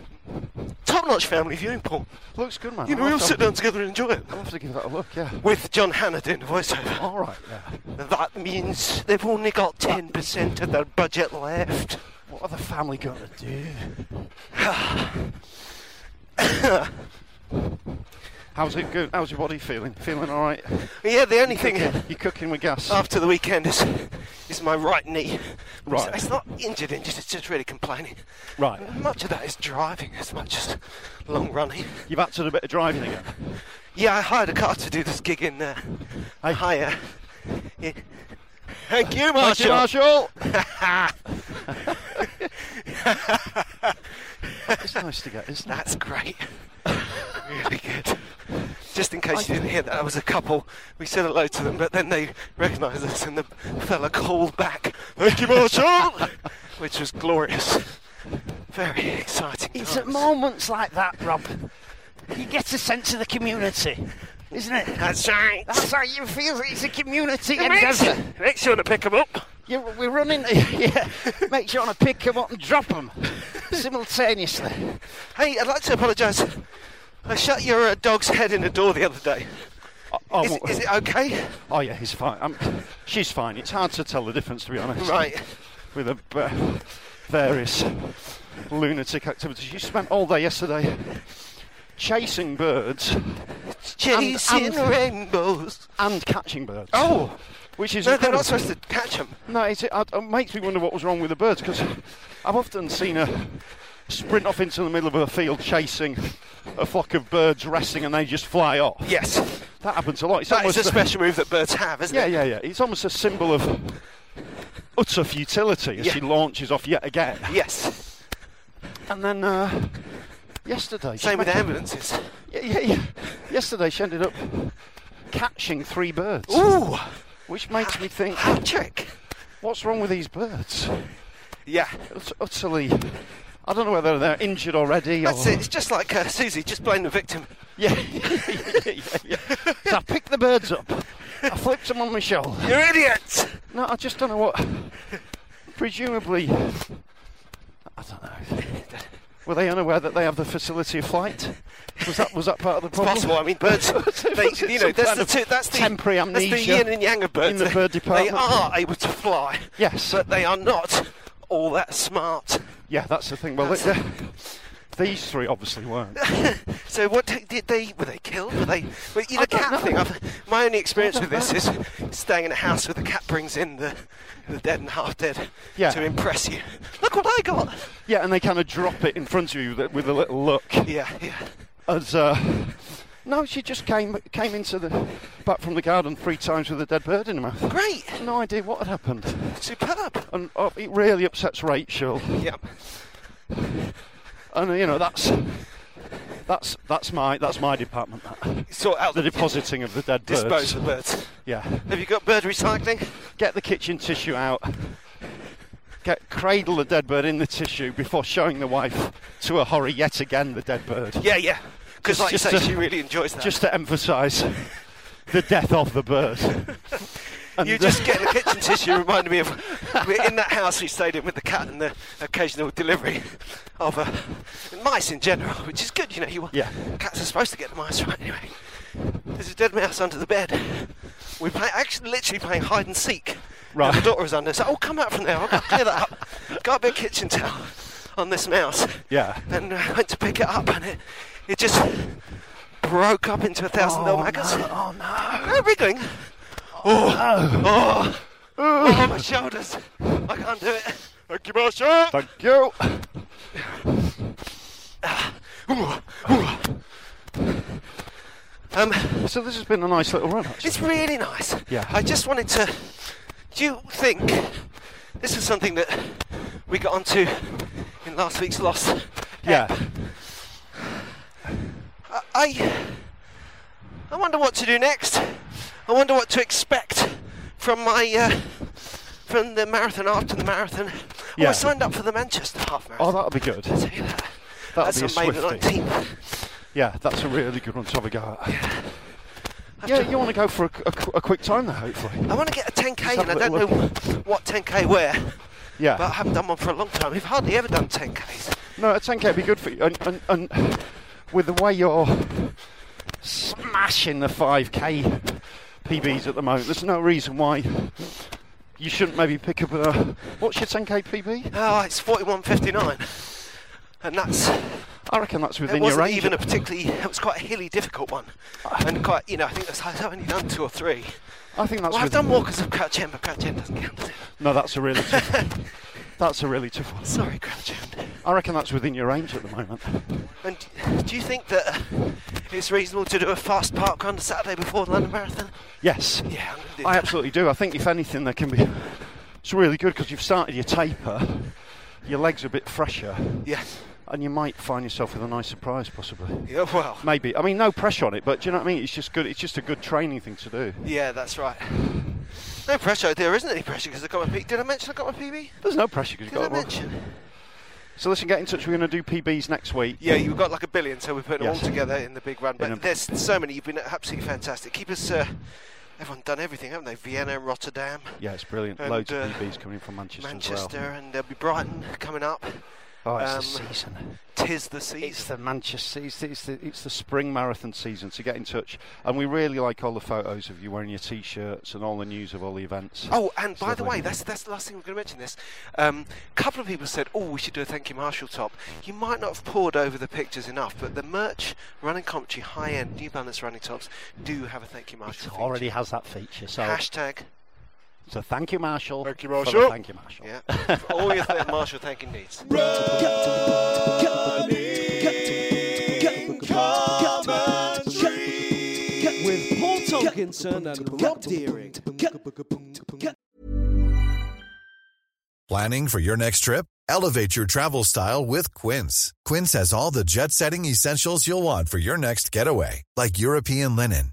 Speaker 1: top-notch family viewing, Paul.
Speaker 2: Looks good, man.
Speaker 1: You know,
Speaker 2: I'll
Speaker 1: we all
Speaker 2: have to-
Speaker 1: sit down together and enjoy it.
Speaker 2: I'll have to give that a look, yeah.
Speaker 1: With John Hannah doing the voiceover.
Speaker 2: All right, yeah.
Speaker 1: That means they've only got 10% of their budget left.
Speaker 2: What are the family going to do? How's it good? How's your body feeling? Feeling all right?
Speaker 1: Yeah, the only thing
Speaker 2: You cooking with gas?
Speaker 1: after the weekend is is my right knee.
Speaker 2: Right.
Speaker 1: So it's not injured, injured, it's just really complaining.
Speaker 2: Right.
Speaker 1: Much of that is driving as much as long running.
Speaker 2: You've had to do a bit of driving again.
Speaker 1: Yeah, I hired a car to do this gig in uh,
Speaker 2: Hey.
Speaker 1: hire. Yeah. Thank you,
Speaker 2: Thank you,
Speaker 1: Marshall.
Speaker 2: Marshall. it's nice to get, isn't it?
Speaker 1: That's great. really good. Just in case you didn't hear that, that was a couple. We said hello to them, but then they recognised us and the fella called back, Thank you, Marshall! Which was glorious. Very exciting.
Speaker 4: It's at
Speaker 1: times.
Speaker 4: moments like that, Rob. You get a sense of the community, isn't it?
Speaker 1: That's right.
Speaker 4: That's how you feel. It's a community
Speaker 1: Make
Speaker 4: endeavour.
Speaker 1: make sure to pick them up.
Speaker 4: You, we're running. Yeah, make sure to pick 'em up and drop 'em simultaneously.
Speaker 1: Hey, I'd like to apologise. I shut your uh, dog's head in the door the other day.
Speaker 2: Oh,
Speaker 1: Is, is it okay?
Speaker 2: oh, yeah, he's fine. I'm, she's fine. It's hard to tell the difference, to be honest.
Speaker 1: Right.
Speaker 2: With the uh, various lunatic activities. You spent all day yesterday chasing birds
Speaker 1: Chasing
Speaker 2: and-
Speaker 1: rainbows.
Speaker 2: and catching birds.
Speaker 1: Oh,
Speaker 2: which is
Speaker 1: no, they're not
Speaker 2: incredible.
Speaker 1: supposed to catch them.
Speaker 2: No, it's, it, it makes me wonder what was wrong with the birds because I've often seen her sprint off into the middle of a field chasing a flock of birds resting and they just fly off.
Speaker 1: Yes.
Speaker 2: That happens a lot. It's
Speaker 1: That is
Speaker 2: almost
Speaker 1: a special move that birds have, isn't
Speaker 2: Yeah,
Speaker 1: it?
Speaker 2: yeah, yeah. It's almost a symbol of utter futility as
Speaker 1: Yeah.
Speaker 2: she launches off yet again.
Speaker 1: Yes.
Speaker 2: And then uh, yesterday, she
Speaker 1: Same with
Speaker 2: met a-
Speaker 1: ambulances.
Speaker 2: Yeah, yeah, yeah. Yesterday, she ended up catching three birds,
Speaker 1: Ooh,
Speaker 2: which makes me think,
Speaker 1: hat trick.
Speaker 2: what's wrong with these birds?
Speaker 1: Yeah.
Speaker 2: It's utterly. I don't know whether they're injured already.
Speaker 1: That's
Speaker 2: or,
Speaker 1: it. It's just like uh, Susie, just blame the victim.
Speaker 2: Yeah, yeah, yeah, yeah. So I picked the birds up. I flipped them on my shoulder.
Speaker 1: You idiots!
Speaker 2: No, I just don't know what. Presumably, I don't know. Were they unaware that they have the facility of flight? Was that was that part of the problem?
Speaker 1: Possible. I mean, birds. They, you know,
Speaker 2: Some
Speaker 1: that's
Speaker 2: kind
Speaker 1: the,
Speaker 2: of
Speaker 1: two, that's the
Speaker 2: temporary
Speaker 1: That's
Speaker 2: amnesia
Speaker 1: the yin and yang of birds.
Speaker 2: in the bird
Speaker 1: They-
Speaker 2: department.
Speaker 1: They are able to fly.
Speaker 2: Yes.
Speaker 1: But they are not all that smart.
Speaker 2: Yeah, that's the thing. Well,
Speaker 1: That's-
Speaker 2: they- these three obviously weren't.
Speaker 1: So what t- did they? Were they killed? Were they? Well, you
Speaker 2: I
Speaker 1: know,
Speaker 2: don't
Speaker 1: cat
Speaker 2: know.
Speaker 1: thing. I've, my only experience
Speaker 2: I
Speaker 1: with
Speaker 2: don't
Speaker 1: this is staying in a house where the cat brings in the, the dead and half dead
Speaker 2: Yeah.
Speaker 1: to impress you. Look what I got.
Speaker 2: Yeah, and they kind of drop it in front of you with a- with a little look.
Speaker 1: Yeah, yeah.
Speaker 2: as uh, no, she just came came into the back from the garden three times with a dead bird in her mouth.
Speaker 1: Great.
Speaker 2: No idea what had happened,
Speaker 1: Superb.
Speaker 2: and uh, it really upsets Rachel.
Speaker 1: Yep.
Speaker 2: And you know that's that's that's my that's my department. That.
Speaker 1: Sort out
Speaker 2: The depositing of the dead birds.
Speaker 1: Dispose of birds.
Speaker 2: Yeah,
Speaker 1: Have you got bird recycling?
Speaker 2: get the kitchen tissue out. Get cradle the dead bird in the tissue before showing the wife to a horror yet again the dead bird.
Speaker 1: Yeah, yeah. Because
Speaker 2: Just-
Speaker 1: like you
Speaker 2: just
Speaker 1: say,
Speaker 2: to-
Speaker 1: she really enjoys that.
Speaker 2: Just to emphasise the death of the bird. And,
Speaker 1: You
Speaker 2: uh,
Speaker 1: just getting the kitchen tissue reminded me of we're in that house we stayed in with the cat and the occasional delivery of uh, mice in general, which is good, you know. You,
Speaker 2: Yeah.
Speaker 1: Cats are supposed to get the mice right anyway. There's a dead mouse under the bed. We play actually literally playing hide and seek.
Speaker 2: Right.
Speaker 1: Now, the daughter was under. So, oh, come out from there. I've got to clear that up. Got a bit of kitchen towel on this mouse.
Speaker 2: Yeah.
Speaker 1: And I went to pick it up, and it it just broke up into a thousand little maggots. Oh no! No wriggling. Oh, oh, oh, my shoulders. I can't do it. Thank you, Marshall.
Speaker 2: Thank you.
Speaker 1: Um,
Speaker 2: So this has been a nice little run. Actually.
Speaker 1: it's really nice.
Speaker 2: Yeah.
Speaker 1: I just wanted to. Do you think this is something that we got onto in last week's loss?
Speaker 2: Yeah.
Speaker 1: I, I, I wonder what to do next. I wonder what to expect from my. Uh, from the marathon after the marathon. Oh,
Speaker 2: Yeah.
Speaker 1: I signed up for the Manchester half marathon.
Speaker 2: Oh, that'll be good.
Speaker 1: Tell you that.
Speaker 2: That'll
Speaker 1: That's
Speaker 2: be a
Speaker 1: on May the
Speaker 2: swifty.
Speaker 1: 19th.
Speaker 2: Yeah, that's a really good one to have a go at. Yeah, you want to go for a, a qu- a quick time there, hopefully.
Speaker 1: I want to get a 10k,
Speaker 2: Let's
Speaker 1: and I
Speaker 2: have
Speaker 1: don't
Speaker 2: a little
Speaker 1: know what 10k where,
Speaker 2: Yeah.
Speaker 1: but I haven't done one for a long time. We've hardly ever done 10ks.
Speaker 2: No, a 10k would be good for you. And, and, and with the way you're smashing the 5k PBs at the moment, there's no reason why you shouldn't maybe pick up a. What's your 10k PB?
Speaker 1: Oh, it's 41.59, and that's
Speaker 2: I reckon that's within
Speaker 1: it wasn't
Speaker 2: your range.
Speaker 1: even a particularly. It was quite a hilly, difficult one, and quite you know I think that's I've only done two or three.
Speaker 2: I think that's
Speaker 1: well, I've
Speaker 2: within-
Speaker 1: done walkers of crouch end, but crouch end doesn't count. does it?
Speaker 2: No, that's a really tough one. That's a really tough one.
Speaker 1: Sorry, crouch end.
Speaker 2: I reckon that's within your range at the moment.
Speaker 1: And d- do you think that uh, it's reasonable to do a fast park run the Saturday before the London Marathon?
Speaker 2: Yes.
Speaker 1: Yeah, I'm gonna do
Speaker 2: I
Speaker 1: that.
Speaker 2: absolutely do. I think if anything, there can be. It's really good because you've started your taper, your legs are a bit fresher,
Speaker 1: Yeah.
Speaker 2: and you might find yourself with a nice surprise possibly.
Speaker 1: Yeah. Well.
Speaker 2: Maybe. I mean, no pressure on it, but do you know what I mean? It's just good. It's just a good training thing to do.
Speaker 1: Yeah, that's right. No pressure. There isn't any pressure because I got my P. Did I mention I got my PB?
Speaker 2: There's no pressure because
Speaker 1: Did
Speaker 2: you've
Speaker 1: I
Speaker 2: got a walk.
Speaker 1: mention?
Speaker 2: So listen, get in touch. We're going to do PBs next week.
Speaker 1: Yeah, you've got like a billion, so we're putting them
Speaker 2: Mm. Yes.
Speaker 1: all together in the big run. But
Speaker 2: a-
Speaker 1: there's so many. You've been absolutely fantastic. Keep us. Uh, everyone done everything, haven't they? Vienna and Rotterdam,
Speaker 2: Yeah, it's brilliant.
Speaker 1: And,
Speaker 2: Loads
Speaker 1: uh,
Speaker 2: of PBs coming from Manchester.
Speaker 1: Manchester, and there'll be Brighton coming up.
Speaker 2: As well. Oh, it's
Speaker 1: um,
Speaker 2: the season.
Speaker 1: Tis the season.
Speaker 2: It's the Manchester. It's the, it's the it's the spring marathon season. So get in touch, and we really like all the photos of you wearing your t-shirts and all the news of all the events.
Speaker 1: Oh, and
Speaker 2: It's
Speaker 1: by the
Speaker 2: lovely.
Speaker 1: way, that's that's the last thing we're going to mention. This, um, a couple of people said, "Oh, we should do a thank you Marshall top." You might not have poured over the pictures enough, but the merch, running commentary, high-end New Balance running tops do have a thank you Marshall. feature.
Speaker 2: already has that feature. So
Speaker 1: hashtag.
Speaker 2: so thank you, Marshall.
Speaker 1: Thank you,
Speaker 2: for the
Speaker 1: Marshall.
Speaker 2: Thank you, Marshall.
Speaker 1: Yeah, for all your th- Marshall thanking needs.
Speaker 5: With Paul Tomkinson and Rob Deering.
Speaker 6: Planning for your next trip? Elevate your travel style with Quince. Quince has all the jet setting essentials you'll want for your next getaway, like European linen,